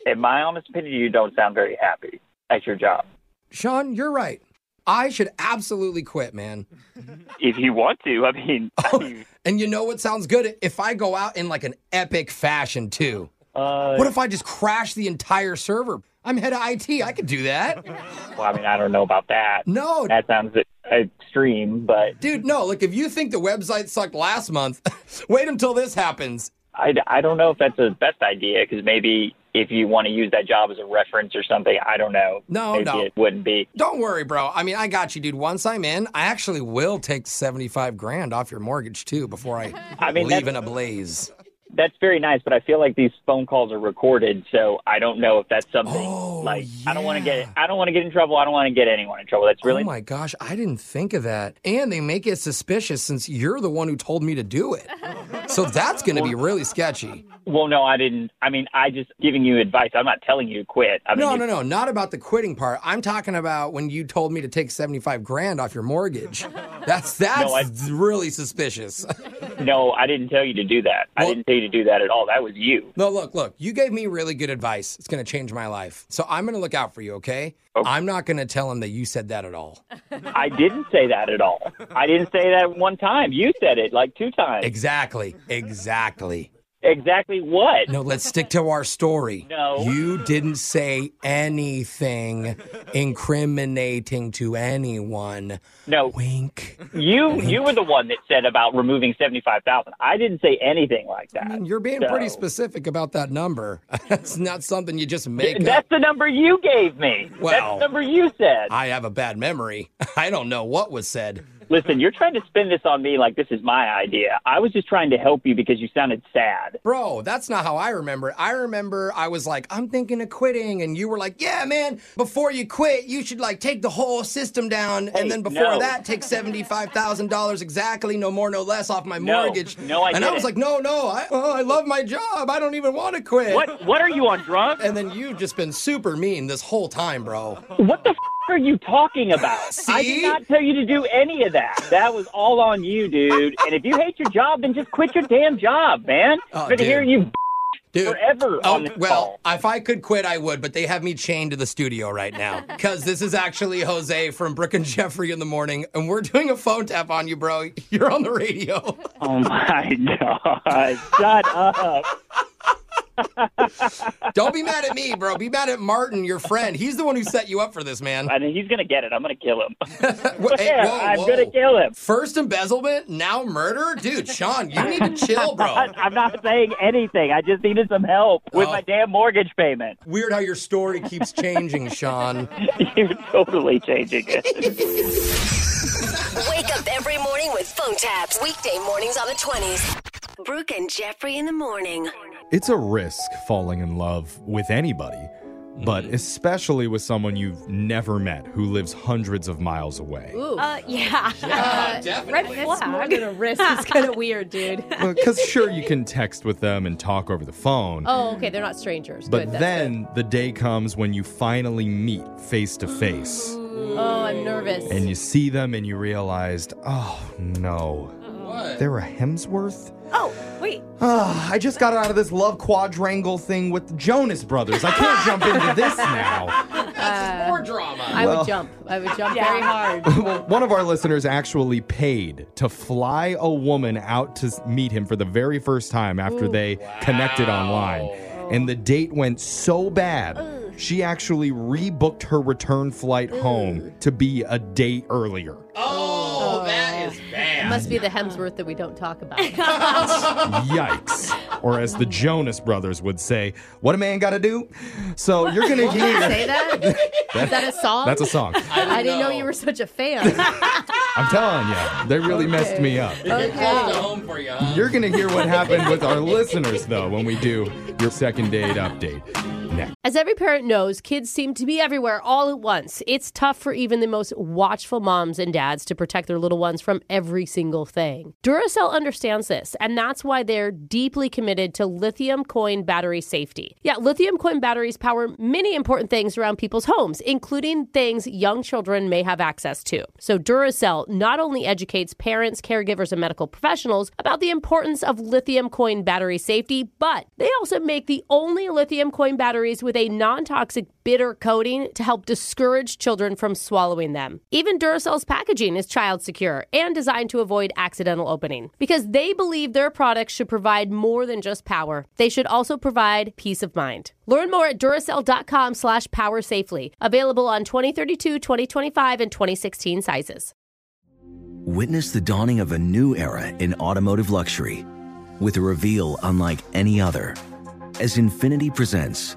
S16: In my honest opinion, you don't sound very happy at your job.
S4: Sean, you're right. I should absolutely quit, man. Oh,
S16: If you want to, I mean,
S4: *laughs*
S16: I mean
S4: And you know what sounds good? If I go out in like an epic fashion too.
S16: Uh,
S4: what if I just crash the entire server? I'm head of IT. I could do that.
S16: Well, I mean, I don't know about that.
S4: No.
S16: That sounds extreme, but
S4: Dude, no, look, if you think the website sucked last month, *laughs* wait until this happens.
S16: I, I don't know if that's the best idea because maybe if you want to use that job as a reference or something, I don't know.
S4: No,
S16: maybe
S4: no.
S16: it wouldn't be.
S4: Don't worry, bro. I mean, I got you, dude. Once I'm in, I actually will take 75 grand off your mortgage too before I,
S16: *laughs* I mean,
S4: leave
S16: that's-
S4: in a blaze.
S16: That's very nice, but I feel like these phone calls are recorded, so I don't know if that's something
S4: Oh,
S16: like I don't want to get I don't want to get in trouble. I don't want to get anyone in trouble. That's really
S4: Oh my gosh, I didn't think of that. And they make it suspicious since you're the one who told me to do
S16: *laughs*
S4: it. So that's going to be really sketchy.
S16: well. No, I didn't. I mean, I just giving you advice. I'm not telling you to quit. I mean,
S4: no,
S16: if- *laughs*
S4: no, no, not about the quitting part. I'm talking about when you told me to take 75 grand off your
S16: *laughs*
S4: mortgage. That's that's really suspicious.
S16: no, I didn't tell you to do that. I didn't tell you to do that at all. That was you.
S4: No, look, look, you gave me really good advice. It's going to change my life. So I'm going to look out for you, okay? I'm not going to tell him that you said that at all.
S16: I didn't say that at all. I didn't say that one time. You said it like two times.
S4: Exactly. Exactly.
S16: Exactly what?
S4: No, let's stick to our story.
S16: No.
S4: You didn't say anything incriminating to anyone.
S16: No.
S4: Wink.
S16: You you were the one that said about removing seventy five thousand. I didn't say anything like that.
S4: I mean, You're being pretty specific about that number. *laughs* That's not something you just make
S16: That's
S4: up.
S16: the number you gave me.
S4: Well.
S16: That's the number you said.
S4: I have a bad memory. *laughs* I don't know what was said.
S16: Listen, you're trying to spin this on me like this is my idea. I was just trying to help you because you sounded sad.
S4: *laughs* Bro, that's not how I remember it. I remember I was like, I'm thinking of quitting. And you were like, yeah, man, before you quit, you should like take the whole system down.
S16: Hey,
S4: and then before
S16: no.
S4: that, take $75,000 exactly, no more, no less, off my
S16: No.
S4: mortgage.
S16: No, I
S4: And I
S16: didn't.
S4: was like, no, no, I, oh, I love my job. I don't even want to quit.
S16: What what are you on drugs?
S4: And then you've just been super mean this whole time, bro.
S16: What the f- are you
S4: *laughs*
S16: talking about? I
S4: See?
S16: did not tell you to do any of that. That was all on you, dude. And if you hate your job, then just quit your damn job, man.
S4: Oh,
S16: Good to hear
S4: dude.
S16: you *laughs*
S4: Dude.
S16: forever
S4: Oh,
S16: on this
S4: well, if I could quit, I would, but they have me chained to the studio right now because this is actually Jose from Brooke and Jeffrey in the morning, and we're doing a phone tap on you, bro. You're on the radio.
S16: call. Oh my god! Shut up.
S4: *laughs* Don't be mad at me, bro. Be mad at Martin, your friend. He's the one who set you up for this, man.
S16: I mean, he's gonna get it. I'm gonna
S4: *laughs*
S16: kill him. *laughs*
S4: Wha- hey,
S16: Yeah,
S4: whoa,
S16: I'm
S4: whoa.
S16: gonna kill him.
S4: First embezzlement, now murder? Dude, Sean, you need to chill,
S16: *laughs*
S4: bro.
S16: I'm not saying anything. I just needed some help with
S4: Oh.
S16: my damn mortgage payment.
S4: Weird how your story keeps changing, Sean.
S16: *laughs* You're totally changing it.
S10: Wake up every morning with phone taps. Weekday mornings on the 20s. Brooke and Jeffrey in the morning.
S6: It's a risk falling in love with anybody, but
S5: Mm-hmm.
S6: especially with someone you've never met who lives hundreds of miles away.
S5: Ooh.
S7: Uh, yeah.
S5: Yeah,
S7: definitely. Red flag.
S5: That's more than a risk. It's
S7: *laughs*
S5: kind of weird, dude.
S6: Because sure, you can text with them and talk over the phone.
S5: Oh, okay. They're not strangers.
S6: But
S5: good, that's
S6: then the day comes when you finally meet face to face
S5: good. Oh, I'm nervous.
S6: and you see them and you realized, oh no, they're a Hemsworth?
S11: Oh,
S6: *laughs*
S11: wait.
S9: Ah, I just got out of this love quadrangle thing with the Jonas Brothers. I can't jump into this now.
S5: That's
S4: more drama.
S5: uh, I
S6: Well-
S5: would jump. I would jump very hard.
S6: *laughs* well, one of our listeners actually paid to fly a woman out to s- meet him for the very first time after
S5: Ooh.
S6: they connected online. And the date went so bad, she actually rebooked her return flight home to be a day earlier.
S5: Oh, that is bad. Must be the Hemsworth that we don't talk
S7: *laughs*
S5: about.
S6: Yikes. Or as the Jonas brothers would say, what a man got to do? So you're going to
S5: Did you
S6: hear.
S5: say
S7: *laughs*
S5: that? Is that a song?
S6: That's a song.
S5: I didn't, know. you were such a
S7: *laughs*
S5: fan.
S6: I'm telling you, they really messed me up. You're going to hear what happened with our listeners, though, when we do your second date update next.
S1: As every parent knows, kids seem to be everywhere all at once. It's tough for even the most watchful moms and dads to protect their little ones from every single thing. Duracell understands this, and that's why they're deeply committed to lithium coin battery safety. Yeah, lithium coin batteries power many important things around people's homes, including things young children may have access to. So Duracell not only educates parents, caregivers, and medical professionals about the importance of lithium coin battery safety, but they also make the only lithium coin batteries with a non toxic bitter coating to help discourage children from swallowing them. Even Duracell's packaging is child secure and designed to avoid accidental opening because they believe their products should provide more than just power. They should also provide peace of mind. Learn more at Duracell.com slash power safely. Available on 2032, 2025, and 2016 sizes.
S13: Witness the dawning of a new era in automotive luxury with a reveal unlike any other as Infinity presents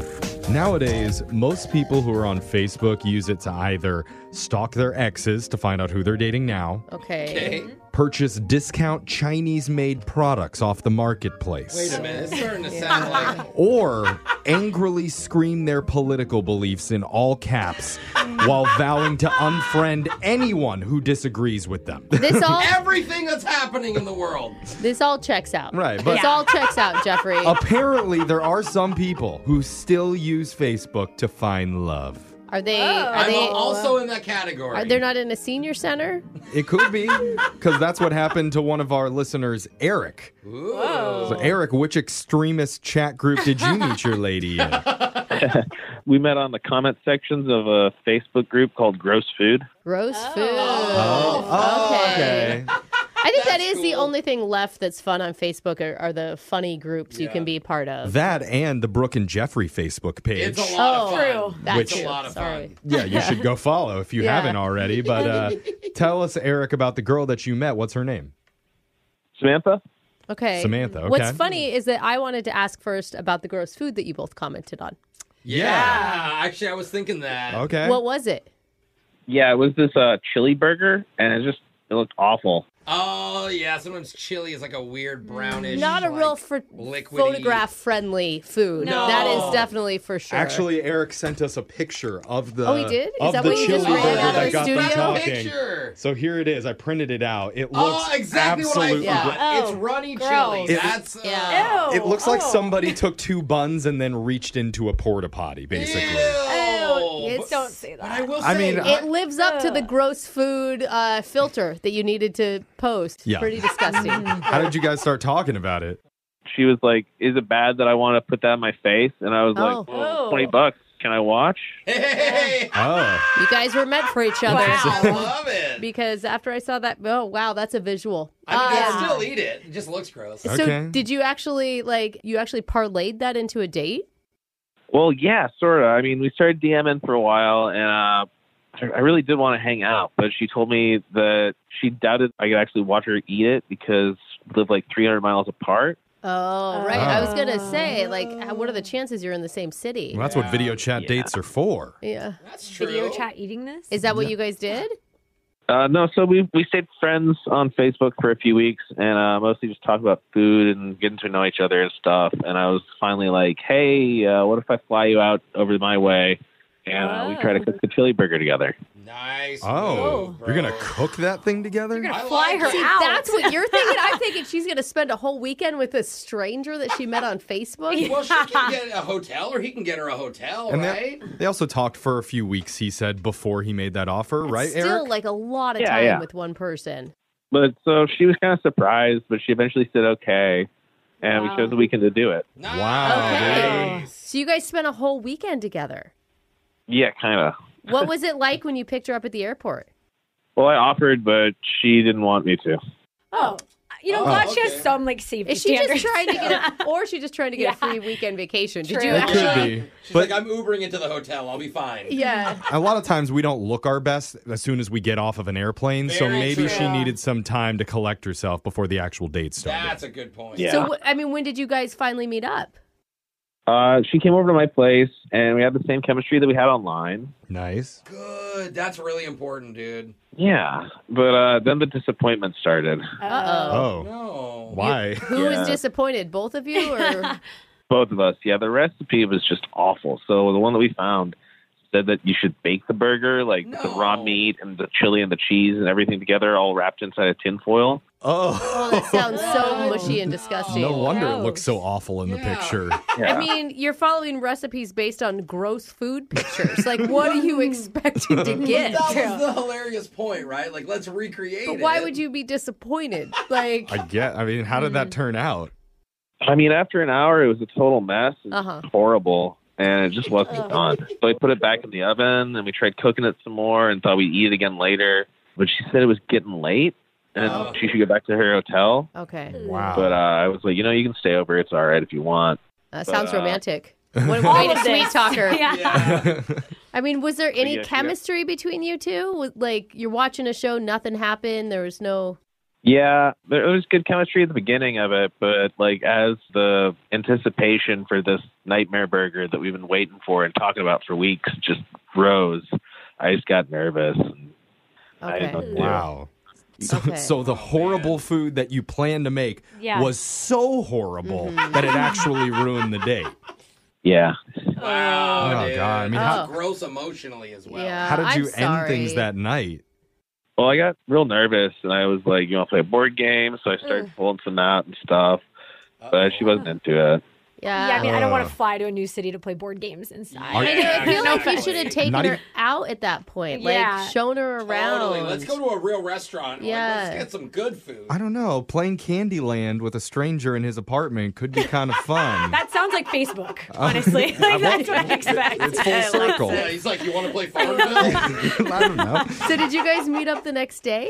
S6: Nowadays, most people who are on Facebook use it to either stalk their exes to find out who they're dating now,
S1: Okay.
S6: purchase discount Chinese made products off the marketplace,
S17: Wait a minute. It's starting to sound
S4: *laughs*
S17: like.
S6: or angrily scream their political beliefs in all caps while vowing to unfriend anyone who disagrees with them. *laughs*
S17: *laughs*
S1: This all
S17: Everything that's happening in the world.
S1: This all checks out.
S6: Right, but-
S1: this all
S6: *laughs*
S1: checks out, Jeffrey.
S6: Apparently, there are some people who still use Facebook to find love.
S1: Are they? Are
S17: I'm
S1: they
S17: also in that category.
S1: Are they not in a senior center?
S6: It could be because that's what happened to one of our listeners, Eric. So, Eric, which extremist chat group did you meet your lady in?
S18: we met on the comment sections of a Facebook group called Gross Food.
S1: Gross food.
S17: Oh,
S6: Oh, okay.
S1: I think that is the only thing left that's fun on Facebook are, are the funny groups you can be part of.
S6: That and the Brooke and Jeffrey Facebook page.
S1: oh,
S17: fun.
S1: That's
S6: Which-
S1: true.
S6: It's a lot
S17: of
S1: Sorry.
S6: yeah, you should
S1: *laughs*
S6: go follow if you
S1: Yeah.
S6: haven't already. But
S1: *laughs*
S6: uh, tell us, Eric, about the girl that you met. What's her name?
S18: Samantha?
S1: Okay.
S6: Samantha, okay.
S1: What's funny is that I wanted to ask first about the gross food that you both commented on.
S17: Yeah. Actually, I was thinking that.
S1: What was it?
S18: Yeah, it was this uh, chili burger, and it just it looked awful.
S17: Oh yeah, sometimes chili is like a weird brownish.
S1: Not a real for
S17: liquidy-
S1: photograph friendly food.
S17: No.
S1: That is definitely for sure.
S6: Actually, Eric sent us a picture of the
S1: Oh, he did? Is
S6: of
S1: that
S6: the
S1: what you
S6: chili
S1: just ran
S6: burger
S1: out of
S6: that
S1: the
S6: got them
S1: studio?
S6: talking.
S17: Picture.
S6: So here it is. I printed it out. It
S17: Oh,
S6: looks
S17: exactly what I
S6: absolutely
S17: thought.
S6: gr-
S17: It's
S1: Oh,
S17: runny chili.
S6: It-
S17: That's uh,
S6: It looks like somebody took two buns and then reached into a porta potty, basically.
S17: Oh,
S1: It's-
S17: don't say that. I will say,
S6: I mean, I-
S1: it lives up to the gross food uh, filter that you needed to post.
S6: Yeah.
S1: Pretty
S17: *laughs*
S1: disgusting.
S6: How did you guys start talking about it?
S18: She was like, "Is it bad that I want to put that in my face?" And I was like,
S1: Oh.
S18: well,
S1: Oh.
S18: "20 bucks, can I watch?"
S6: Oh,
S1: You guys were meant for each other.
S6: *laughs*
S17: Wow, love it.
S1: Because after I saw that, oh wow, that's a visual.
S17: I mean,
S1: Uh,
S17: I'd still eat it. It just looks gross.
S1: *laughs* So did you actually like you actually parlayed that into a date?
S18: Well, yeah, sorta. I mean, we started DMing for a while, and uh, I- I really did want to hang out, but she told me that she doubted I could actually watch her eat it because we live like 300 miles apart.
S1: Oh right, I was gonna say like, how- what are the chances you're in the same city?
S6: Well, that's what video chat dates are for.
S1: yeah,
S17: that's
S1: true. Video chat eating this is that what you guys
S7: *laughs*
S1: did?
S18: Uh, no, so we we stayed friends on Facebook for a few weeks, and uh, mostly just talked about food and getting to know each other and stuff. And I was finally like, "Hey, uh, what if I fly you out over my way, and uh, we try to cook the chili burger together?"
S17: Nice.
S6: Oh, you're gonna cook that thing together?
S1: fly her See, That's what
S7: *laughs*
S1: you're thinking. I'm thinking she's gonna spend a whole weekend with a stranger that she met on Facebook.
S17: Well, she can
S1: *laughs*
S17: get a hotel, or he can get her a hotel,
S6: And they,
S17: right?
S6: they also talked for a few weeks. He said before he made that offer, right,
S1: Still,
S6: Eric?
S1: like a lot of
S18: Yeah,
S1: time
S18: yeah.
S1: with one person.
S18: But so she was kind of surprised, but she eventually said okay, and we chose the weekend to do it.
S6: Wow,
S1: Okay. So you guys spent a whole weekend together.
S18: Yeah, kind of.
S1: What was it like when you picked her up at the airport?
S18: Well, I offered, but she didn't want me to.
S1: Oh,
S7: you know
S1: Oh,
S7: what? She
S1: okay.
S7: has some like safety
S1: Is she just
S7: standards.
S1: trying to
S7: *laughs*
S1: get a, or she's just trying to get a free weekend vacation? Did
S7: True.
S1: you
S6: It
S1: actually?
S6: could be.
S17: She's
S6: But-
S17: like, I'm Ubering into the hotel. I'll be fine.
S1: Yeah.
S6: A lot of times we don't look our best as soon as we get off of an airplane, so
S17: Very
S6: maybe
S17: true.
S6: she needed some time to collect herself before the actual date started.
S17: That's a good point.
S1: So wh- I mean, when did you guys finally meet up?
S18: Uh, she came over to my place, and we had the same chemistry that we had online.
S6: Nice.
S17: Good. That's really important, dude.
S18: Yeah, but uh, then the disappointment started.
S1: Uh oh.
S17: No.
S1: *laughs*
S18: Why?
S1: Who was disappointed? Both of you, or
S18: Both of us. Yeah, the recipe was just awful. So the one that we found said that you should bake the burger, like with the raw meat and the chili and the cheese and everything together, all wrapped inside a tin foil.
S6: Oh.
S1: oh, that sounds so mushy and disgusting.
S6: No wonder it looks so awful in the picture.
S1: *laughs* I mean, you're following recipes based on gross food pictures. Like, what are you expected to get?
S17: That was the hilarious point, right? Like, let's recreate
S1: But
S17: it.
S1: why would you be disappointed? Like,
S6: I get. I mean, how did that turn out?
S18: I mean, after an hour, it was a total mess. It was
S1: Uh-huh.
S18: horrible, and it just wasn't done. So we put it back in the oven, and we tried cooking it some more, and thought we'd eat it again later. But she said it was getting late, and
S1: Oh.
S18: she should go back to her hotel.
S1: okay,
S18: But uh, I was like, you know, you can stay over. It's all right if you want.
S1: that sounds
S18: But, uh,
S1: romantic. What a
S18: All
S1: way to
S18: of
S1: sweet
S18: this.
S1: talker.
S18: Yeah.
S1: I mean, was there any
S18: yeah, she got-
S1: chemistry between you two? Was, like, you're watching a show, nothing happened. There was no.
S18: Yeah, there was good chemistry at the beginning of it, but like as the anticipation for this nightmare burger that we've been waiting for and talking about for weeks just rose, I just got nervous. And I didn't know what to do.
S6: Wow. So, so the horrible food that you planned to make
S18: Yeah.
S6: was so horrible
S1: Mm-hmm.
S6: that it actually ruined the date.
S18: Yeah.
S17: Wow.
S6: Oh,
S17: dude.
S6: God. I mean,
S17: How
S6: how-
S17: gross emotionally as well.
S1: Yeah.
S6: How did you
S1: Uh, I'm
S6: end
S1: sorry.
S6: things that night?
S18: Well, I got real nervous and I was like, you want to play a board game? So I started pulling some out and stuff, but she wasn't into it.
S1: Yeah.
S7: Yeah, I mean, I don't want
S18: Uh.
S7: to fly to a new city to play board games inside.
S1: I, know, I feel like you
S7: Exactly.
S1: should have taken
S18: Not
S1: her
S18: even-
S1: out at that point,
S7: Yeah.
S1: like shown her around.
S17: Totally. Let's go to a real restaurant. Yeah.
S1: Yeah.
S17: Like, let's get some good food.
S6: I don't know. Playing Candyland with a stranger in his apartment could be kind of
S7: *laughs*
S6: fun. Uh,
S7: That sounds like Facebook,
S6: *laughs*
S7: honestly. like, that's what I expect.
S6: It's full circle.
S17: Yeah, he's like, you want to play Farmville?
S6: I don't know.
S1: So did you guys meet up the next day?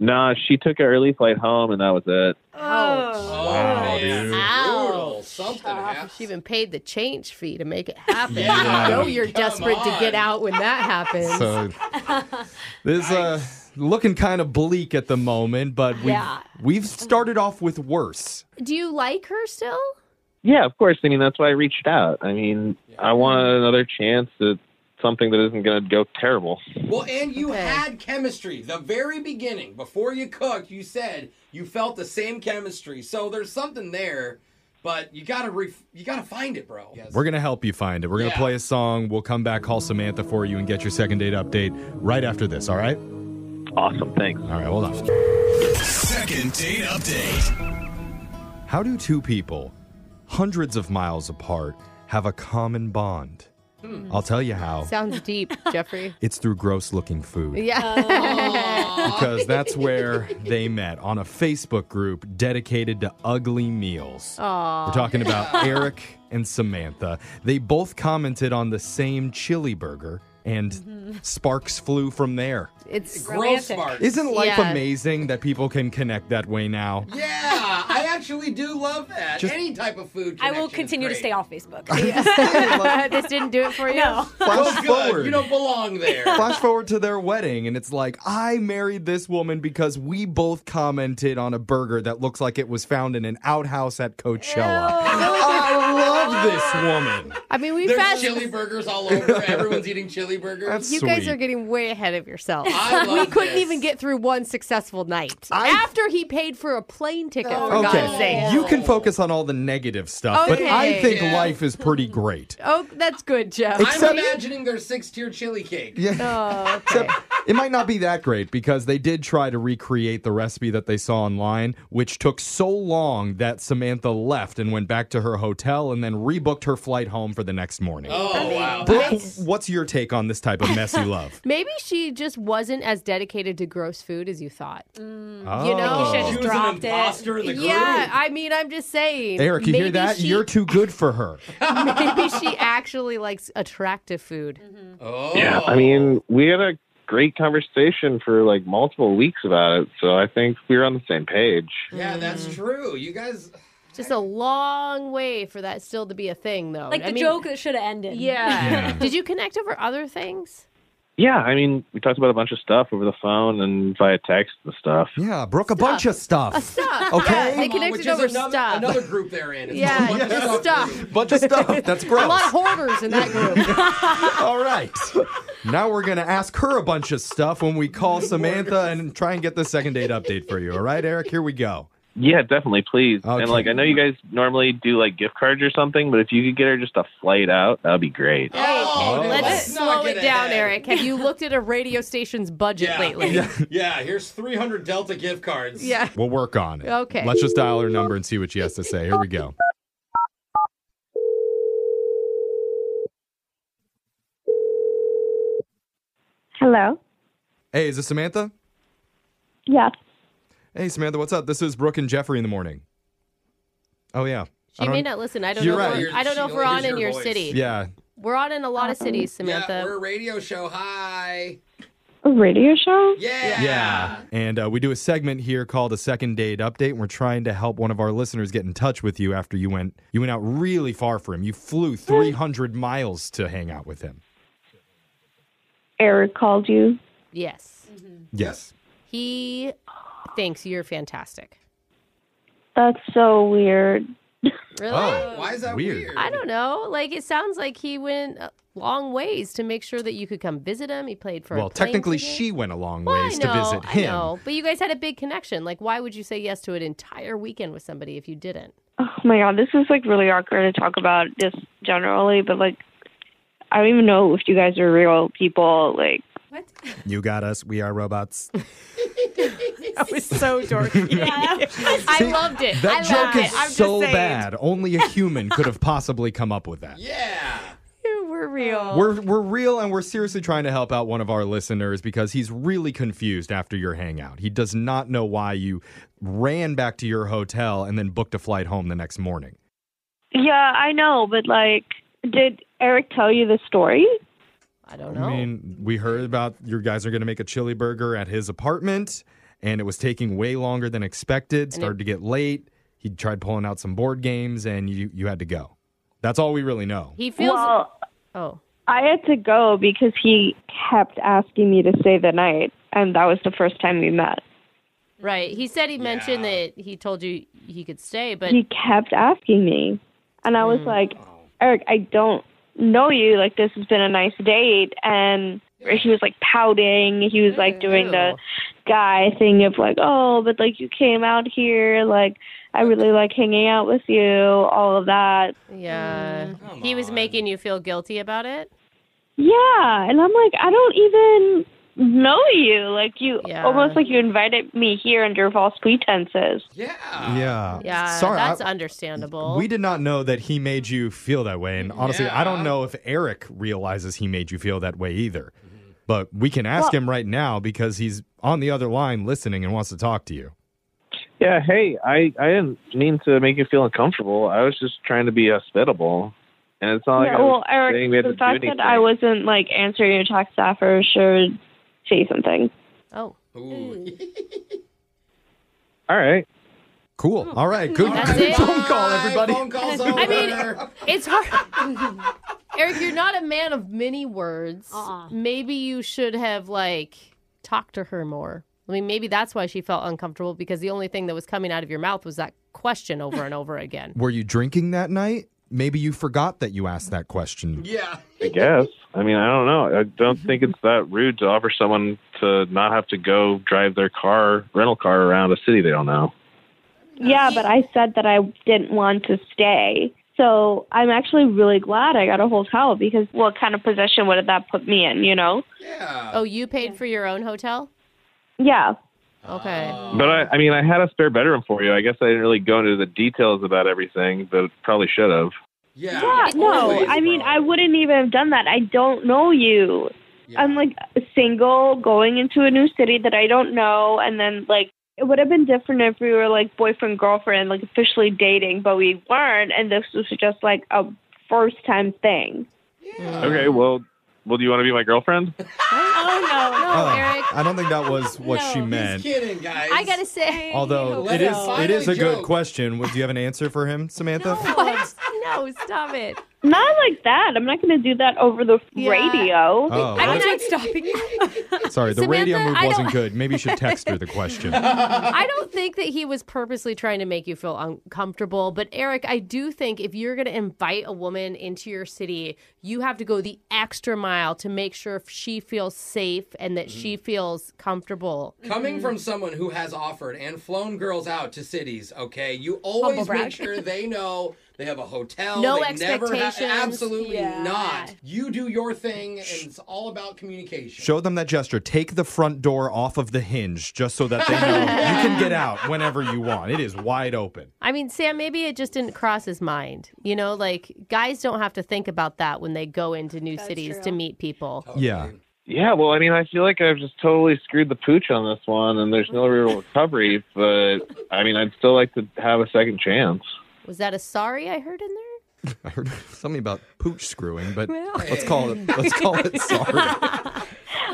S18: No, she took an early flight home and that was it.
S1: Oh,
S18: Wow, dude.
S1: Ow.
S17: Brutal. Something happened.
S1: She even paid the change fee to make it happen.
S6: *laughs* Yeah.
S1: You know you're
S17: Come
S1: desperate to get
S17: on.
S1: out when that happens.
S6: So this uh, looking kind of bleak at the moment, but we've,
S1: Yeah.
S6: we've started off with worse.
S1: Do you like her still?
S18: Yeah, of course. I mean, that's why I reached out. I mean, I want another chance at something that isn't going to go terrible.
S17: Well, and you had chemistry. The very beginning, before you cooked, you said you felt the same chemistry. So there's something there, but you gotta re- you gotta find it, bro.
S6: We're going to help you find it. We're going to
S17: Yeah.
S6: play a song. We'll come back, call Samantha for you, and get your second date update right after this, all right?
S18: Awesome. Thanks.
S6: All right, hold on.
S15: Second date update.
S6: How do two people, hundreds of miles apart, have a common bond?
S1: Hmm.
S6: I'll tell you how.
S1: Sounds deep,
S7: *laughs*
S1: Jeffrey.
S6: It's through gross looking food.
S1: *laughs*
S7: Oh.
S1: Yeah.
S6: Because that's where they met on a Facebook group dedicated to ugly meals.
S1: Aw.
S6: We're talking about Eric and Samantha. They both commented on the same chili burger, and sparks flew from there.
S1: It's
S17: gross sparks.
S6: Isn't life amazing that people can connect that way now?
S17: Yeah, I actually do love that.
S6: Just-
S17: Any type of food.
S7: I will
S17: connection is
S7: continue to
S17: great.
S7: stay off Facebook.
S1: this didn't do it for you?
S7: No.
S6: Flash
S17: Oh, good.
S6: forward.
S17: You don't belong there.
S6: *laughs* Flash forward to their wedding, and it's like, I married this woman because we both commented on a burger that looks like it was found in an outhouse at Coachella.
S1: Oh
S6: I love this woman.
S1: I mean, we
S17: There's
S1: fast.
S17: chili burgers all over. Everyone's eating chili burgers.
S1: you guys are getting way ahead of yourselves.
S17: I
S1: *laughs* we
S17: love
S1: couldn't
S17: this.
S1: even get through one successful night. After he paid for a plane ticket, for God's
S6: Oh, Okay,
S1: sake. *laughs*
S6: you can focus on all the negative stuff, but I
S1: Okay.
S6: think
S1: Yeah.
S6: life is pretty great.
S1: Oh, that's good, Jeff.
S6: Except-
S17: I'm imagining their six-tier chili cake.
S6: Yeah.
S1: Oh,
S6: Except it might not be that great because they did try to recreate the recipe that they saw online, which took so long that Samantha left and went back to her hotel and then rebooked her flight home for the next morning.
S17: Oh wow.
S6: Brooke, what's your take on this type of
S1: *laughs*
S6: messy love?
S1: Maybe she just wasn't as dedicated to gross food as you thought.
S17: Mm.
S6: Oh.
S1: know,
S17: She was an
S1: dropped it.
S17: imposter in the group.
S1: Yeah, I mean, I'm just saying.
S6: Eric, you hear
S1: maybe
S6: that?
S1: she- *laughs*
S6: You're too good for her.
S1: maybe she actually likes attractive food.
S17: Oh.
S18: Yeah, I mean, we had a great conversation for like multiple weeks about it. So I think we were on the same page.
S1: Yeah,
S17: that's true. You guys.
S1: Mm. Just a long way for that still to be a thing, though.
S7: Like the joke that should have ended.
S1: Yeah. Did you connect over other things?
S18: Yeah, I mean, we talked about a bunch of stuff over the phone and via text and stuff.
S6: Yeah, Brooke, a bunch of stuff.
S1: Stuff.
S6: Okay.
S1: Yeah, they
S6: Come on,
S1: connected
S6: which is
S1: over
S6: another-
S1: stuff.
S6: another
S17: group they're in.
S6: It's
S1: yeah,
S6: called
S1: just stuff.
S6: Bunch of
S1: *laughs*
S6: stuff. That's gross.
S1: A lot of hoarders
S17: *laughs*
S1: in that group.
S6: All right. Now we're going to ask her a bunch of stuff when we call Samantha and try and get the second date update for you. All right, Eric, here we go.
S18: Yeah, definitely, please.
S6: Okay.
S18: And like, I know you guys normally do like gift cards or something, but if you could get her just a flight out, that'd be great.
S4: Oh.
S1: Let's
S17: not
S1: slow it
S17: get
S1: down,
S17: ahead.
S1: Eric. *laughs* Have you looked at a radio station's
S17: *laughs*
S1: budget lately?
S17: Yeah. yeah, here's 300 Delta gift cards.
S1: Yeah.
S6: We'll work on it.
S1: Okay.
S6: Let's just dial her number and see what she has to say. Here we go.
S19: Hello.
S6: Hey, is this Samantha?
S19: Yeah.
S6: Hey, Samantha, what's up? This is Brooke and Jeffrey in the morning. Oh, yeah. I
S1: She may
S6: don't-
S1: not listen. I don't
S6: You're
S1: know.
S6: right.
S1: If we're, I don't know if we're on in your city.
S6: Yeah.
S1: We're on in a lot of
S7: Uh-huh.
S1: cities, Samantha.
S17: Yeah, we're a radio show. Hi.
S19: A radio show?
S17: Yeah.
S6: Yeah. And uh, we do a segment here called a second date update. And we're trying to help one of our listeners get in touch with you after you went you went out really far for him. You
S19: Hmm.
S6: flew 300 miles to hang out with him.
S19: Eric called you.
S1: Yes.
S6: Yes.
S1: He thinks you're fantastic.
S19: That's so weird. *laughs*
S1: Really?
S19: Oh, Why is that weird. weird?
S1: I don't know. Like it sounds like he went a long ways to make sure that you could come visit him. He played for. a
S6: Well,
S1: plane
S6: technically
S1: ticket.
S6: she went a long
S1: Well, I
S6: ways
S1: know,
S6: to visit
S1: I
S6: him.
S1: know, but you guys had a big connection. Like, why would you say yes to an entire weekend with somebody if you didn't?
S19: Oh my god, this is like really awkward to talk about just generally, but like I don't even know if you guys are real people. Like
S6: You got us. We are
S1: *laughs*
S6: robots.
S1: That was so
S6: *laughs*
S1: dorky. *laughs* I loved it.
S6: That
S1: I
S6: joke
S1: loved
S6: is
S1: it. I'm just
S6: so
S1: saying.
S6: bad. Only a human could
S1: *laughs*
S6: have possibly come up with that.
S1: You were real.
S6: We're we're real and we're seriously trying to help out one of our listeners because he's really confused after your hangout. He does not know why you ran back to your hotel and then booked a flight home the next morning.
S19: Yeah, I know, but like did Eric tell you the story?
S1: I don't
S6: I mean, we heard about your guys are going to make a chili burger at his apartment and it was taking way longer than expected, started to get late. He tried pulling out some board games and you you had to go. That's all we really know.
S1: He feels
S19: Well,
S1: Oh.
S19: I had to go because he kept asking me to stay the night and that was the first time we met.
S1: Right. He said he mentioned that he told you he could stay, but Hmm.
S19: he kept asking me and i was like eric i don't know you like this has been a nice date and he was like pouting he was like doing the guy thing of like oh but like you came out here like i really like hanging out with you all of that
S1: yeah, he was making you feel guilty about it.
S19: yeah and i'm like i don't even know you like you almost like you invited me here under false pretenses
S17: yeah
S6: yeah.
S1: Yeah,
S6: Sorry. I-
S1: that's understandable.
S6: We did not know that he made you feel that way. And honestly, I don't know if Eric realizes he made you feel that way either. But we can ask
S19: Well-
S6: him right now because he's on the other line listening and wants to talk to you.
S18: Yeah, hey, I, I didn't mean to make you feel uncomfortable. I was just trying to be hospitable. And it's not like
S19: Yeah,
S18: Oh, I was
S19: well, Eric,
S18: saying we had
S19: the
S18: to do
S19: fact
S18: anything.
S19: that I wasn't like answering your text after sure say something.
S1: Oh.
S18: All right.
S6: Cool.
S19: Hmm.
S6: All right. Good,
S1: That's
S6: good
S1: it?
S6: phone call, everybody.
S1: *laughs* I mean, it's hard. *laughs* Eric, you're not a man of many words. Maybe you should have like talked to her more. I mean, maybe that's why she felt uncomfortable because the only thing that was coming out of your mouth was that question over and over again.
S6: Were you drinking that night? Maybe you forgot that you asked that question.
S1: Yeah.
S18: I guess. I mean, I don't know. I
S19: *laughs*
S18: don't think it's that rude to offer someone to not have to go drive their car, rental car around a city they don't know.
S19: Yeah, but I said that I didn't want to stay. So I'm actually really glad I got a hotel because what kind of position would that put me in, you know?
S1: Oh, you paid for your own hotel?
S19: Yeah.
S1: Okay.
S6: Oh.
S18: But I, I mean, I had a spare bedroom for you. I guess I didn't really go into the details about everything, but probably should have.
S19: Yeah, no. I mean, I wouldn't even have done that. I don't know you. I'm like single, going into a new city that I don't know, and then like it would have been different if we were like boyfriend girlfriend, like officially dating, but we weren't, and this was just like a first time thing.
S18: Okay, well, "Well, do you want to be my girlfriend?"
S1: *laughs* Oh no, no,
S6: Oh,
S1: Eric.
S6: I don't think that
S1: *laughs*
S6: was what she meant.
S1: kidding, guys. I gotta say,
S6: Although
S1: Let
S6: it is
S1: him
S6: it is a
S1: finally
S6: good
S1: joke.
S6: question. Would- Do you have an answer for him, Samantha?
S1: What? No, stop it.
S19: Not like that. I'm not going to do that over the radio.
S6: Oh, I'm what?
S19: not stopping
S6: *laughs* Sorry, the radio
S1: Samantha,
S6: move
S1: I don't-
S6: wasn't good. Maybe you should text her the question.
S1: *laughs* I don't think that he was purposely trying to make you feel uncomfortable, but Eric, I do think if you're going to invite a woman into your city, you have to go the extra mile to make sure if she feels safe and that she feels comfortable.
S2: Mm-hmm. Coming from someone who has offered and flown girls out to cities, okay, you always
S1: brag.
S2: make sure they know they have a hotel.
S1: No
S2: they never ha-
S1: expectations.
S2: absolutely
S1: Yeah.
S2: not. You do your thing, and it's all about communication.
S6: Show them that gesture. Take the front door off of the hinge just so that they
S1: *laughs*
S6: know you can get out whenever you want. It is wide open.
S1: Mm-hmm. I mean, Sam, maybe it just didn't cross his mind. You know, like guys don't have to think about that when they go into new cities to meet people.
S6: Yeah.
S18: Yeah, well, I mean, I feel like I've just totally screwed the pooch on this one, and there's no real recovery. But I mean, I'd still like to have a second chance.
S1: Was that a sorry I heard in there?
S6: I *laughs* heard something about pooch screwing, but let's call it
S1: *laughs*
S6: let's call *laughs* it sorry.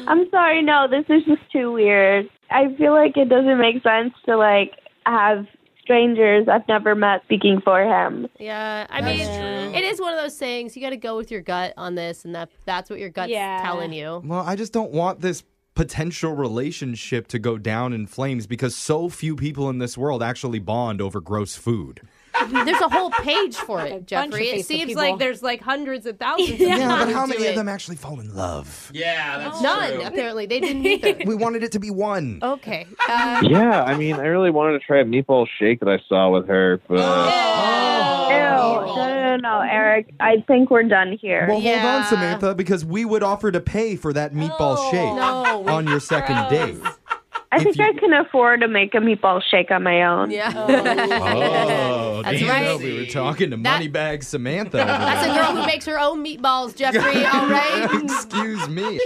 S19: I'm sorry, no, this is just too weird. I feel like it doesn't make sense to like have strangers I've never met speaking for him.
S1: Yeah, I
S19: That's
S1: mean, it is one of those things. You got to go with your gut on this, and that that's what your gut's
S19: Yeah.
S5: *laughs*
S1: telling you.
S6: Well, I just don't want this potential relationship to go down in flames because so few people in this world actually bond over gross
S1: *laughs*
S6: food.
S1: There's a whole page for it,
S5: bunch of
S1: Jeffrey. It
S5: Facebook
S1: seems
S5: people.
S1: like there's like
S5: *laughs*
S1: hundreds of thousands. Of
S6: Yeah, but
S1: people
S6: how
S1: who do
S6: many
S1: it.
S6: of them actually fall in love?
S2: Yeah,
S1: that's None, true. apparently. They
S5: *laughs*
S1: didn't either.
S6: we wanted it to be one. *laughs*
S1: Okay. Uh,
S18: Yeah, I mean, I really wanted to try a meatball shake that I saw with her, but
S19: Oh.
S6: Oh.
S19: Ew. No, no, no, no, Eric. I think we're done here.
S6: Well, hold on, Samantha, because we would offer to pay for that meatball
S1: Oh,
S6: shake
S19: No.
S6: on your second date.
S1: *laughs*
S19: I think I can afford to make a meatball shake on my own.
S1: Yeah.
S6: Oh,
S1: That's
S6: damn,
S1: right.
S6: we were talking to Moneybag Samantha. over
S1: *laughs* *laughs* That's a
S6: there.
S1: girl who makes her own meatballs,
S6: *laughs*
S1: Jeffrey. All right.
S6: Excuse me.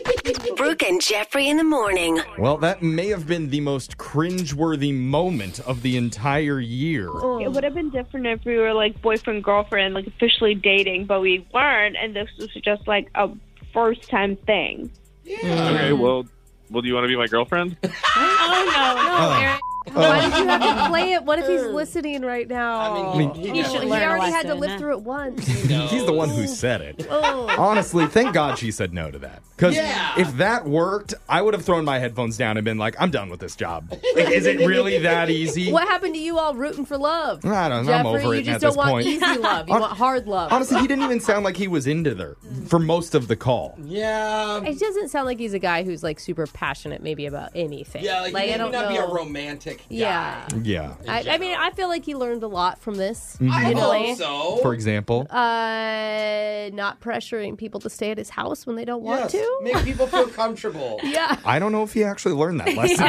S10: Brooke and Jeffrey in the morning.
S6: Well, that may have been the most cringeworthy moment of the entire year.
S4: *laughs*
S19: It would have been different if we were like boyfriend girlfriend, like officially dating, but we weren't, and this was just like a first time thing.
S18: okay. Well, well, do you want to be my girlfriend?
S5: Oh no, no,
S18: Oh.
S5: Eric.
S18: Oh.
S5: Why did you have to play it? What if
S1: *laughs*
S5: he's listening right now?
S6: I mean, he- He
S5: should
S1: learn a
S5: already had to
S1: lesson.
S5: live through it
S1: *laughs*
S5: once.
S6: *laughs* He's the one who said it.
S5: Oh.
S6: Honestly, thank God she said no to that. Because if that worked, I would have thrown my headphones down and been like, I'm done with this job. Like, is it
S1: *laughs*
S6: really that easy?
S5: What happened to you all rooting for love?
S6: I don't know. I'm
S5: Jeffrey,
S6: over it
S5: you just
S6: at this
S5: don't want
S6: point.
S5: easy love. You
S6: *laughs* Hon-
S5: want hard love.
S6: Honestly,
S1: *laughs*
S6: he didn't even sound like he was into her for most of the call.
S2: Yeah.
S1: It doesn't sound like he's a guy who's like super passionate, maybe about anything.
S2: Yeah, like, you
S1: I
S2: may
S1: don't
S2: not be
S1: know.
S2: a romantic guy.
S1: Yeah.
S6: Yeah.
S1: I, I mean, I feel like he learned a lot from this.
S6: Mhm. I
S1: You know?
S6: hope so. For example?
S1: uh, not pressuring people to stay at his house when they don't want
S2: Yes,
S1: to. *laughs*
S2: Make people feel comfortable.
S1: yeah.
S6: I don't know if he actually
S4: *laughs*
S6: learned that lesson.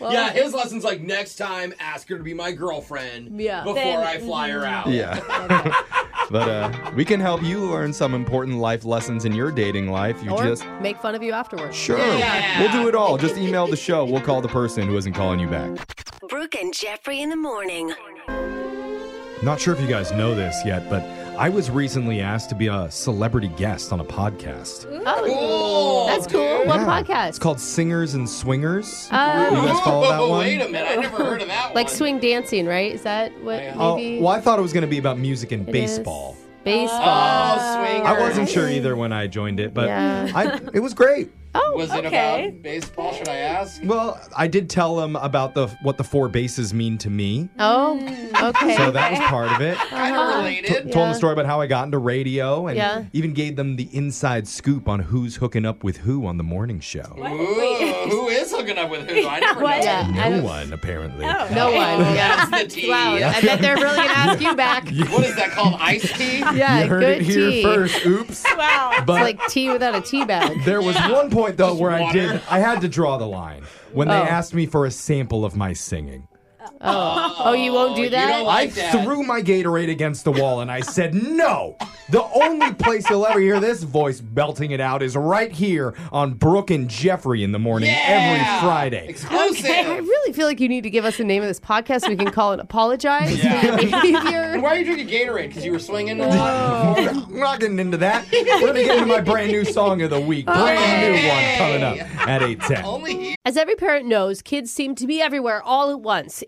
S6: *laughs*
S2: yeah, his lesson's like next time ask her to be my girlfriend
S1: Yeah.
S2: before
S1: Then- Mm-hmm.
S2: I fly her out. *laughs*
S6: Yeah. *laughs* but uh, we can help you learn some important life lessons in your dating life. You
S1: or
S6: just.
S1: make fun of you afterwards.
S6: Sure. We'll do it all. Just email the show. We'll call the person who isn't calling you back.
S10: Brooke and Jeffrey in the morning.
S6: Not sure if you guys know this yet, but I was recently asked to be a celebrity guest on a podcast.
S1: Oh, that's cool. What
S6: Yeah. It's
S1: podcast?
S6: called Singers and Swingers.
S1: Oh.
S6: you guys follow that one?
S2: minute, I never heard of that
S1: Like swing dancing, right? Is that what
S6: Oh,
S1: maybe?
S6: well, I thought it was going to be about music and
S1: It
S6: baseball.
S1: Baseball.
S2: Oh,
S6: I wasn't sure either when I joined it, but
S1: Yeah.
S6: I, it was great.
S1: Oh,
S2: was it
S1: okay.
S2: about baseball? Should I ask?
S6: Well, I did tell them about the what the four bases mean to me.
S1: Oh, okay. Uh-huh.
S6: So that was part of it.
S2: Kind of related.
S6: T- Told them the story about how I got into radio and
S1: Yeah.
S6: even gave them the inside scoop on who's hooking up with who on the morning show.
S2: Ooh, who is hooking up with who? I never know.
S1: What? Yeah. I
S6: No
S1: don't- Oh,
S6: one, apparently. *laughs*
S1: No one. Yeah.
S2: That's the tea.
S1: Wow. I bet they're really gonna ask
S2: *laughs*
S1: you
S6: *laughs*
S1: back.
S2: What is that called? Iced
S1: *laughs*
S2: tea?
S1: Yeah,
S6: you heard
S1: good
S6: it here
S1: tea.
S6: first.
S1: *laughs*
S6: Oops.
S1: Wow.
S6: But-
S1: it's like tea without a tea bag.
S6: There was one point though where I
S1: water.
S6: did I had to draw the line when they
S1: Oh.
S6: asked me for a sample of my singing.
S1: Oh, oh, you won't do that.
S6: I threw my Gatorade against the wall and I said, no. The only place you'll ever hear this voice belting it out is right here on Brooke and Jeffrey in the morning every Friday.
S1: Okay, I really feel like you need to give us the name of this podcast so we can call it Apologize. *laughs*
S17: And Why are you drinking Gatorade? Because you were swinging a lot.
S6: We're not getting into that. We're going to get into my brand new song of the week. Brand new one coming up at
S5: Oh.
S6: 810.
S1: As every parent knows, kids seem to be everywhere all at once.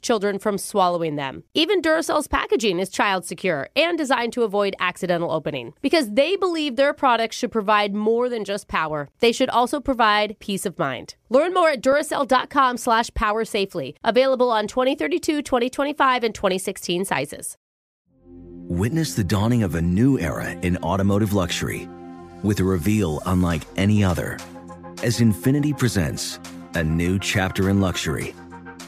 S1: children from swallowing them. Even Duracell's packaging is child secure and designed to avoid accidental opening because they believe their products should provide more than just power. They should also provide peace of mind. Learn more at Duracell.com slash power safely. Available on 2032, 2025, and 2016 sizes.
S13: Witness the dawning of a new era in automotive luxury with a reveal unlike any other as Infinity presents a new chapter in luxury,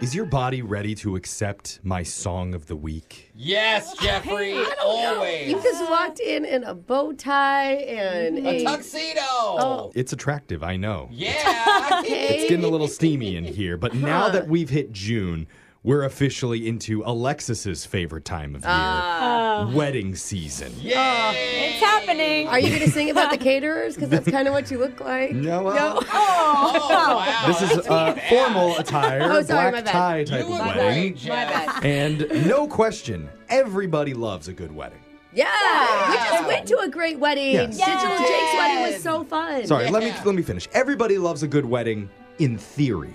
S6: Is your body ready to accept my song of the week?
S1: *laughs*
S17: Yes, Jeffrey, always.
S5: You just walked in in a bow tie and
S17: A tuxedo.
S5: Oh.
S6: It's attractive, I know.
S17: Yeah.
S6: It's getting a little steamy in here, but now that we've hit June, we're officially into Alexis's favorite time of year,
S5: Ah.
S6: wedding season.
S5: Yeah. Oh, it's happening. Are you going to sing *laughs* about the caterers? Because that's kind of what you look like.
S6: No. uh,
S5: No.
S6: This
S5: *laughs*
S6: is uh, formal attire,
S5: Oh, sorry, my
S6: black
S5: bad.
S6: tie type of wedding.
S5: My bad.
S6: And no question, everybody loves a good wedding.
S5: Yeah. We just went to a great wedding.
S6: Yes.
S5: Digital Jake's wedding was so fun.
S6: Sorry, let me let me finish. Everybody loves a good wedding in theory.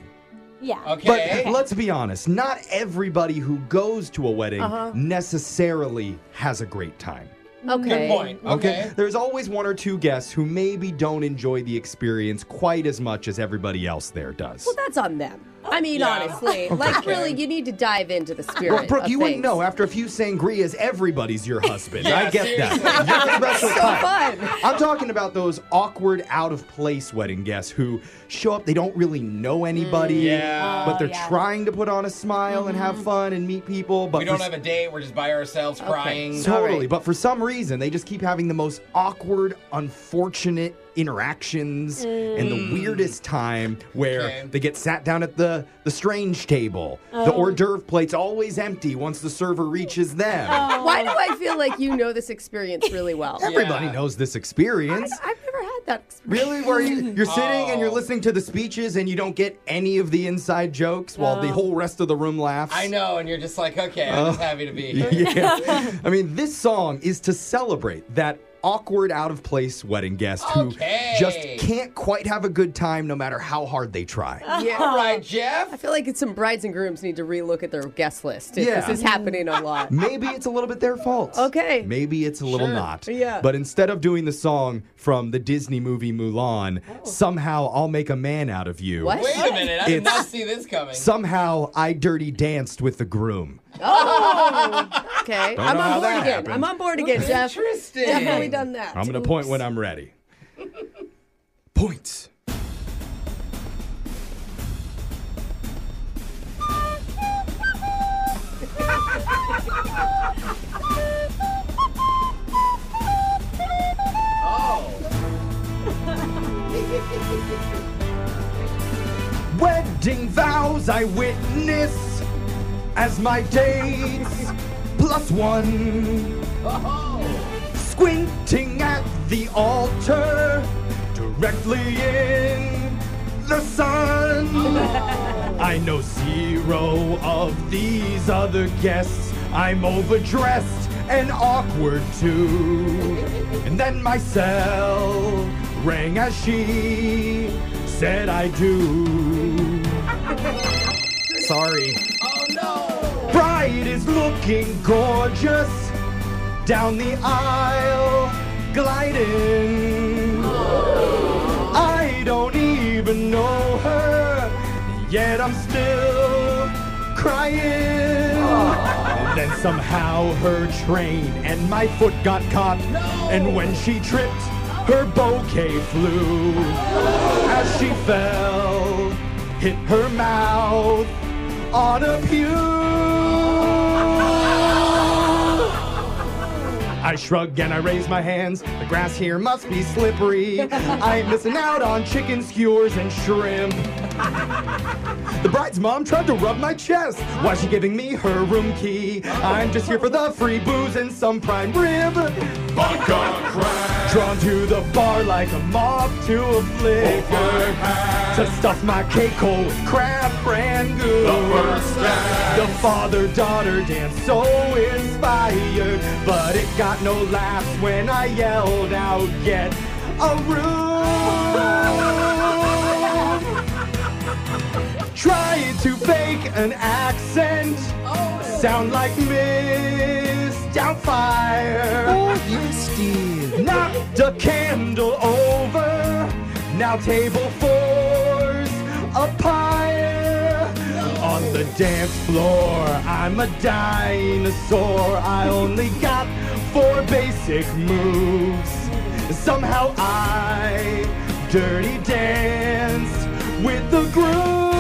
S5: Yeah.
S6: But let's be honest, not everybody who goes to a wedding
S5: Uh-huh.
S6: necessarily has a great time.
S5: Okay. Good point.
S6: There's always one or two guests who maybe don't enjoy the experience quite as much as everybody else there does.
S5: Well, that's on them.
S1: I mean,
S6: Yeah.
S1: honestly, like
S5: Okay.
S1: really, you need to dive into the spirit.
S5: Well, Brooke,
S1: of
S5: you
S1: things.
S5: wouldn't know. After a few sangrias, everybody's
S1: *laughs*
S5: your husband.
S1: Yeah,
S5: I get
S1: *laughs* seriously.
S5: that. You're a special
S1: So
S5: type. I'm talking about those awkward, out of place wedding guests who show up. They don't really know anybody,
S4: Yeah.
S5: but they're
S4: Oh, yeah.
S5: trying to put on a smile and have
S1: Mm-hmm.
S5: fun and meet people. But
S4: we
S5: for
S4: don't
S5: s-
S4: have a date. We're just by ourselves crying.
S5: Totally, but for some reason they just keep having the most awkward, unfortunate interactions and the
S4: Mm.
S5: weirdest time where
S4: Okay.
S5: they get sat down at the the strange table. The
S1: Oh.
S5: hors d'oeuvre plate's always empty once the server reaches them.
S4: Oh.
S1: Why do I feel like you know this experience really well?
S5: *laughs* Everybody knows this experience.
S1: I've never had that experience.
S5: Really,
S1: *laughs*
S5: where you, you're sitting
S4: Oh.
S5: and you're listening to the speeches and you don't get any of the inside jokes while the
S4: Oh.
S5: whole rest of the room laughs.
S4: I know, and you're just like, okay, I'm
S6: Uh,
S4: just
S5: Oh.
S4: happy to be here.
S1: *laughs*
S5: Yeah. I mean, this song is to celebrate that awkward, out of place wedding guest
S4: Okay.
S5: who just can't quite have a good time no matter how hard they try.
S1: Yeah.
S4: All right, Jeff.
S1: I feel like it's some brides and grooms need to relook at their guest list.
S5: Yeah.
S1: Yeah. This is happening
S5: *laughs*
S1: a lot.
S5: Maybe it's a little bit their fault.
S1: Okay.
S5: Maybe it's a little
S1: Sure.
S5: not.
S1: Yeah.
S5: But instead of doing the song from the Disney movie Mulan, somehow I'll make a man out of you.
S4: Oh. Wait a minute, I did
S5: It's-
S4: not see this coming.
S5: Somehow I dirty danced with the groom.
S1: Oh, okay.
S5: Don't know
S1: I'm
S5: how
S1: on board
S5: that
S1: again.
S5: happened.
S1: I'm on board again, Jeff.
S4: Interesting.
S1: Definitely done that.
S5: I'm going to point when I'm ready. Points.
S2: Oh.
S5: Wedding vows I witness as my dates plus one. Squinting at the altar directly in the sun. *laughs* I know zero of these other guests. I'm overdressed and awkward too. And then my cell rang as she said I do. *laughs* Sorry. Oh no! Bride is looking gorgeous. Down the aisle, gliding. I don't even know her, yet I'm still crying. And then somehow her train and my foot got caught. And when she tripped, her bouquet flew. As she fell, hit her mouth on a pew. I shrug and I raise my hands. The grass here must be slippery. I'm missing out on chicken skewers and shrimp. The bride's mom tried to rub my chest. Why's she giving me her room key? I'm just here for the free booze and some prime rib. Vodka crack. Drawn to the bar like a mob to a flicker. To stuff my cake hole with crab brand goo. The father-daughter dance so inspired. But it got no laughs when I yelled out, get a room trying to fake an accent. Sound like Miss Doubtfire. Oh, yes, dear. Knocked a candle over. Now table four's a pyre. On the dance floor, I'm a dinosaur. I only got four basic moves. Somehow I dirty danced with the groove.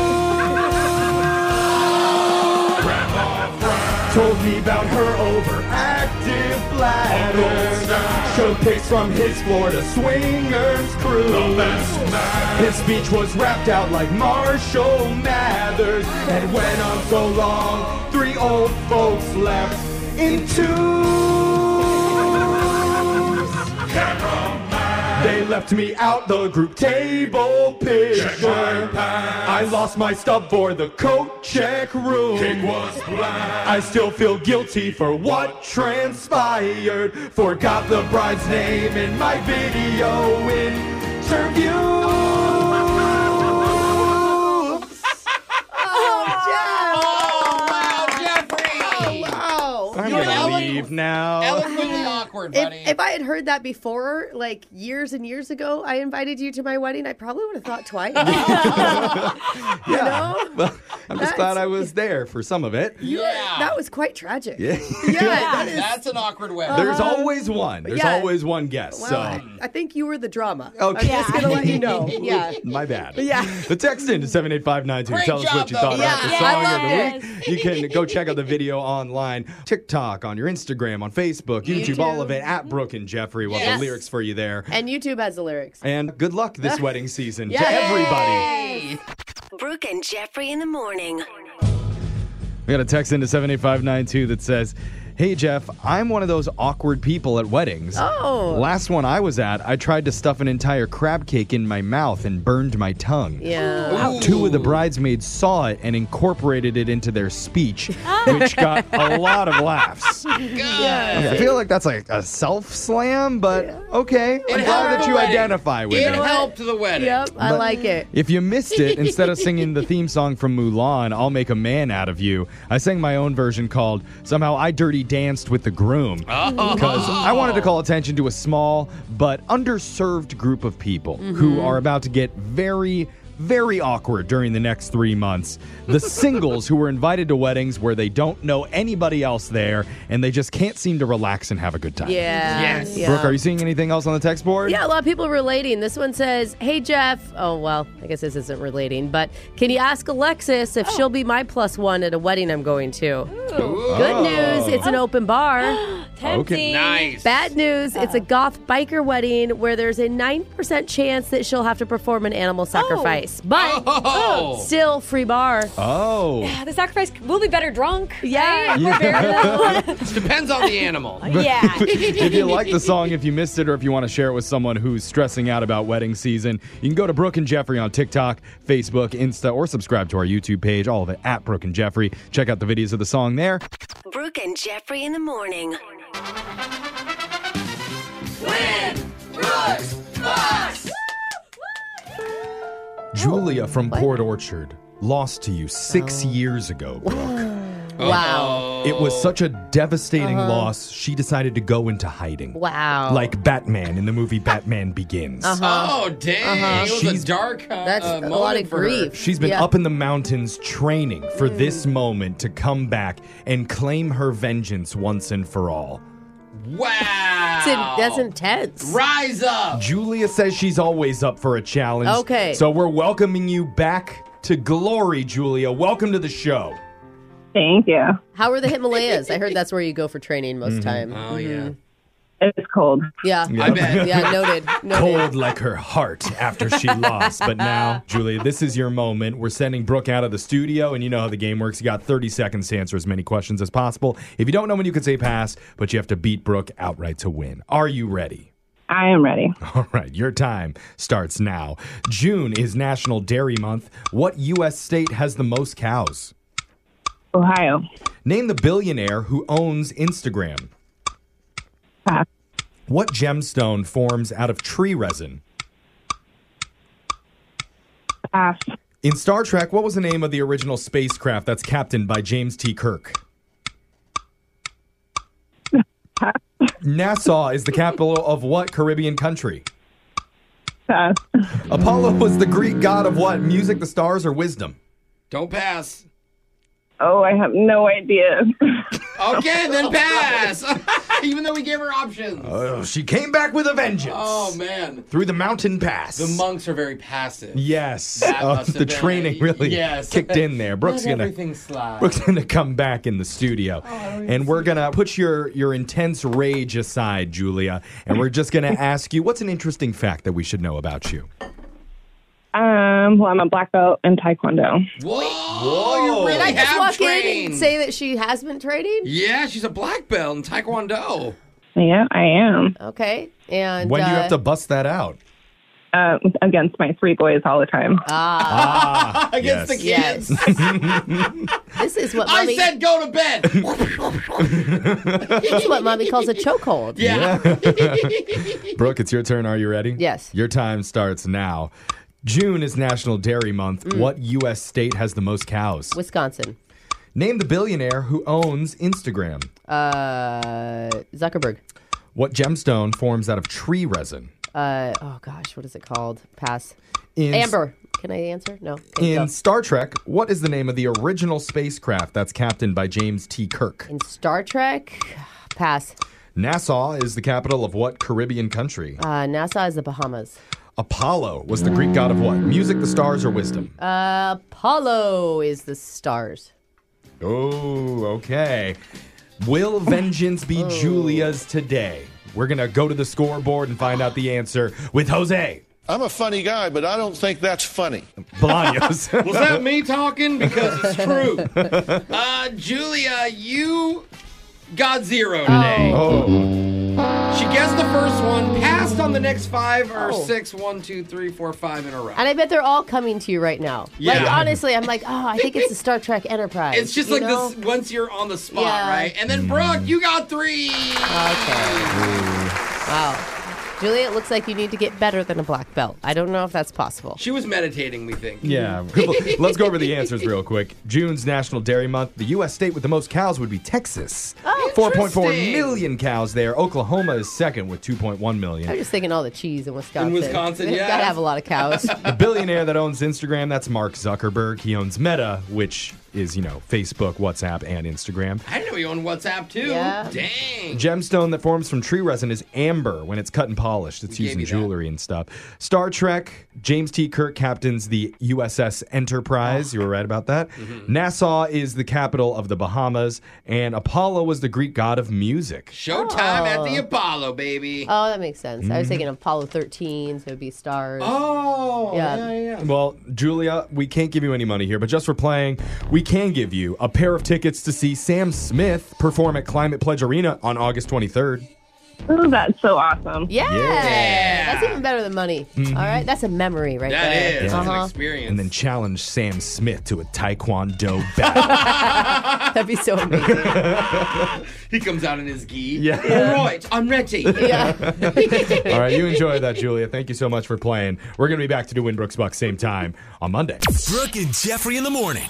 S5: Told me about her overactive bladder. Showed pics from his Florida swingers cruise. His speech was wrapped out like Marshall Mathers and went on so long, three old folks left in twos. They left me out the group table picture. I lost my stub for the coat check room. I still feel guilty for what transpired. Forgot the bride's name in my video interview.
S1: Oh, Jeff!
S4: Oh, wow, Jeffrey!
S1: Oh, wow.
S5: I'm
S4: You're
S5: gonna leave.
S6: leave
S4: *laughs*
S6: now.
S4: Eloquently awkward,
S1: If-
S4: buddy.
S1: If, I had heard that before, like years and years ago, I invited you to my wedding, I probably would have
S5: *laughs*
S1: thought twice. *laughs*
S6: Yeah. Well, I'm just glad I was there for some of it.
S1: You were- That was quite tragic.
S6: Yeah.
S5: *laughs*
S1: that is-
S4: That's an awkward way.
S6: There's
S1: Uh-huh.
S6: always one. There's
S1: Yeah.
S6: always one guest.
S1: Wow,
S6: So.
S1: I, I think you were the drama.
S6: Okay.
S1: I'm just going to let you know. *laughs* Yeah.
S6: My bad.
S1: Yeah.
S6: The text in to 78592.
S1: Great
S6: Tell us
S1: job,
S6: what you
S1: though.
S6: thought
S1: Yeah.
S6: about
S1: Yeah, I
S6: the song of
S1: loved
S6: the week. You can go check out the video online, TikTok, on your Instagram, on Facebook, YouTube,
S1: YouTube.
S6: all of it at Brooke and Jeffrey. We'll have
S1: Yes.
S6: the lyrics for you there.
S1: And YouTube has the lyrics.
S6: And good luck
S1: *laughs*
S6: this wedding season
S10: Yes.
S6: to everybody.
S10: Brooke and Jeffrey in the morning.
S6: We got a text into 78592 that says, Hey Jeff, I'm one of those awkward people at weddings.
S1: Oh.
S6: Last one I was at, I tried to stuff an entire crab cake in my mouth and burned my tongue.
S1: Yeah.
S6: Two of the bridesmaids saw it and incorporated it into their speech, *laughs*
S5: *laughs*
S6: which got a lot of laughs. Okay, I feel like that's like a self slam, but okay. I'm glad that you identify with
S4: it.
S6: it.
S4: helped the wedding.
S1: Yep, I
S6: But-
S1: like it.
S6: If you missed it, instead of singing
S1: *laughs*
S6: the theme song from Mulan, I'll Make a Man Out of You, I sang my own version called Somehow I Dirty Danced with the Groom.
S4: Oh.
S6: Because I wanted to call attention to a small but underserved group of people who
S4: Mhm.
S1: Mm-hmm.
S6: are about to get very, very awkward during the next three months.
S1: *laughs*
S6: The singles who were invited to weddings where they don't know anybody else there and they just can't seem to relax and have a good time.
S1: Yeah. Yes. Yeah.
S6: Brooke, are you seeing anything else on the text board?
S1: Yeah, a lot of people relating. This one says, Hey, Jeff. Oh, well, I guess this isn't relating, but can you ask Alexis
S5: Oh.
S1: if she'll be my plus one at a wedding I'm going to? Good
S4: Oh.
S1: news, it's an
S5: *gasps*
S1: open bar.
S4: Tempting. Nice.
S1: Bad news, it's a goth biker wedding where there's a 9% chance that she'll have to perform an animal sacrifice, but
S5: Oh.
S1: still free bar.
S6: Oh.
S5: The sacrifice will be better drunk.
S1: Yeah.
S4: Depends on the
S6: *laughs*
S4: animal.
S5: Yeah.
S6: if you like
S1: *laughs*
S6: the song, if you missed it, or if you want to share it with someone who's stressing out about wedding season, you can go to Brooke and Jeffrey on TikTok, Facebook, Insta, or subscribe to our YouTube page. All of it at Brooke and Jeffrey. Check out the videos of the song there.
S10: Brooke and Jeffrey in the morning.
S1: Oh,
S6: Julia from Port Orchard lost to you
S1: Oh.
S6: six years ago, Brooke.
S1: Wow.
S6: It was such a devastating
S1: Uh-huh.
S6: loss, she decided to go into hiding.
S1: Wow. Uh-huh.
S6: Like Batman in the movie Batman Begins.
S4: Oh, dang. It was a dark uh,
S1: That's
S4: uh,
S1: a
S4: moment
S1: lot of
S4: for her.
S1: grief.
S6: She's been
S1: Yeah.
S6: up in the mountains training for this moment to come back and claim her vengeance once and for all.
S1: That's, in, that's intense.
S4: Rise up.
S6: Julia says she's always up for a challenge.
S1: Okay.
S6: So we're welcoming you back to glory, Julia. Welcome to the show.
S19: Thank you.
S1: How are the Himalayas? I heard that's where you go for training
S6: Mm-hmm.
S1: most time. Oh yeah.
S19: It's cold.
S1: Yeah.
S6: I *laughs* bet.
S1: Yeah, noted. noted.
S6: Cold like her heart after
S1: *laughs*
S6: she lost. But now, Julia, this is your moment. We're sending Brooke out of the studio, and you know how the game works. You got 30 seconds to answer as many questions as possible. If you don't know when you can say pass, but you have to beat Brooke outright to win. Are you ready?
S19: I am ready.
S6: *laughs* All right, your time starts now. June is National Dairy Month. What U.S. state has the most cows?
S19: Ohio.
S6: Name the billionaire who owns Instagram.
S19: Pass.
S6: What gemstone forms out of tree resin?
S19: Pass.
S6: In Star Trek, what was the name of the original spacecraft that's captained by James T.
S19: *laughs*
S6: Kirk? Nassau is the capital of what Caribbean country?
S19: Pass.
S6: Apollo was the Greek god of what? Music, the stars, or wisdom?
S4: Don't pass.
S19: Oh, I have no idea.
S4: Okay,
S1: *laughs*
S4: then pass. *laughs* Even though we gave her options.
S6: Oh, she came back with a vengeance.
S4: Oh, man.
S6: Through the mountain pass.
S4: The monks are very passive.
S6: Yes,
S4: That
S6: uh,
S4: must have
S6: the
S4: been
S6: training
S4: it.
S6: really
S4: Yes.
S6: kicked in there. Brooke's
S4: Let
S6: gonna
S4: everything slide.
S6: Brooke's gonna come back in the studio, and we're gonna put your your intense rage aside, Julia, and we're just gonna ask you what's an interesting fact that we should know about you.
S19: Um, well, I'm a black belt in Taekwondo.
S4: Whoa,
S1: Did I
S4: you
S1: Oh, just
S4: Oh, have
S1: walk in
S4: trained.
S1: and say that she has been trading?
S4: Yeah, she's a black belt in
S6: *laughs*
S4: Taekwondo.
S19: Yeah, I am.
S1: Okay.
S4: Oh
S1: And
S6: When do you
S1: uh,
S6: have to bust that out?
S19: Uh, against my three boys all the time.
S5: *laughs*
S6: Ah,
S4: *laughs* Against the
S1: kids. this is what
S4: I
S1: mommy,
S4: said go to bed.
S1: this is what mommy calls a chokehold.
S6: Yeah.
S5: *laughs*
S6: Brooke, it's your turn. Are you ready?
S1: Yes.
S6: Your time starts now. June is National Dairy Month. What U.S. state has the most cows?
S1: Wisconsin.
S6: Name the billionaire who owns Instagram.
S5: Uh, Zuckerberg.
S6: What gemstone forms out of tree resin?
S5: Uh, oh gosh, what is it called? Pass.
S6: In-
S5: Amber. Can I answer? No. Okay,
S6: In
S5: go.
S6: Star Trek, what is the name of the original spacecraft that's captained by James T. Kirk?
S5: In Star Trek, pass.
S6: Nassau is the capital of what Caribbean country?
S5: Uh, NASA is the Bahamas.
S6: Apollo was the Greek god of what? Music, the stars, or wisdom?
S5: Uh, Apollo is the stars.
S6: Oh, okay. Will vengeance
S20: *laughs* Oh.
S6: be Julia's today? We're going to go to the scoreboard and find out the answer with Jose.
S20: I'm a funny guy, but I don't think that's funny.
S6: Bolaños.
S17: *laughs*
S20: *laughs* Was that
S17: me talking? Because it's
S6: *laughs*
S17: true. Uh, Julia, you got
S1: Oh.
S17: zero today.
S6: Oh.
S5: Oh.
S6: Mm-hmm.
S5: *laughs*
S17: She guessed the first one, passed on the next five or
S5: Oh.
S17: six, one, two, three, four, five in a row.
S5: And I bet they're all coming to you right now. Like,
S17: Yeah.
S5: honestly, I'm like, oh, I think it's the Star Trek Enterprise.
S17: It's just
S5: you
S17: like
S5: know?
S17: this once you're on the spot,
S5: Yeah.
S17: right? And then Brooke, you got three.
S5: Wow. Julie, it looks like you need to get better than a black belt. I don't know if that's possible.
S17: She was meditating, we think.
S6: Yeah. *laughs* Let's go over the answers real quick. June's National Dairy Month. The U.S. state with the most cows would be Texas.
S5: Oh,
S6: 4.4
S5: interesting.
S6: million cows there. Oklahoma is second with 2.1 million.
S5: I'm just thinking all the cheese in Wisconsin.
S17: Wisconsin,
S5: They've
S17: yeah.
S5: *laughs* Gotta have a lot
S17: *laughs*
S5: of cows.
S6: the billionaire that owns Instagram, that's Mark Zuckerberg. He owns Meta, which is, you know, Facebook, WhatsApp, and Instagram.
S17: I didn't know you on WhatsApp too. Dang.
S6: Gemstone that forms from tree resin is amber when it's cut and polished. It's used in jewelry and stuff. Star Trek, James T. Kirk captains the USS Enterprise. You were right about that. Nassau is the capital of the Bahamas, and Apollo was the Greek god of music.
S17: Showtime at the
S5: Oh.
S17: Apollo, baby. Mm-hmm.
S5: Oh, that makes sense. I was
S6: Mhm.
S5: thinking Apollo 13, so it'd be stars.
S17: Oh,
S5: yeah,
S17: yeah.
S6: Well, Julia, we can't give you any money here, but just for playing, we can give you a pair of tickets to see Sam Smith perform at Climate Pledge Arena on August 23rd.
S21: Oh, that's so awesome.
S5: Yeah.
S6: Yeah.
S5: That's even better than money.
S6: Mhm.
S17: Mm-hmm.
S5: All right. That's a memory right there. Uh-huh.
S17: experience.
S6: And then challenge Sam Smith to a Taekwondo battle.
S5: That'd be so amazing.
S17: *laughs* he comes out in his gi.
S6: *laughs* Yeah.
S17: All right, I'm ready.
S5: *laughs*
S6: All right, you enjoy that, Julia. Thank you so much for playing. We're going to be back to do Winbrooks Bucks same time on Monday.
S15: Brooke and Jeffrey in the morning.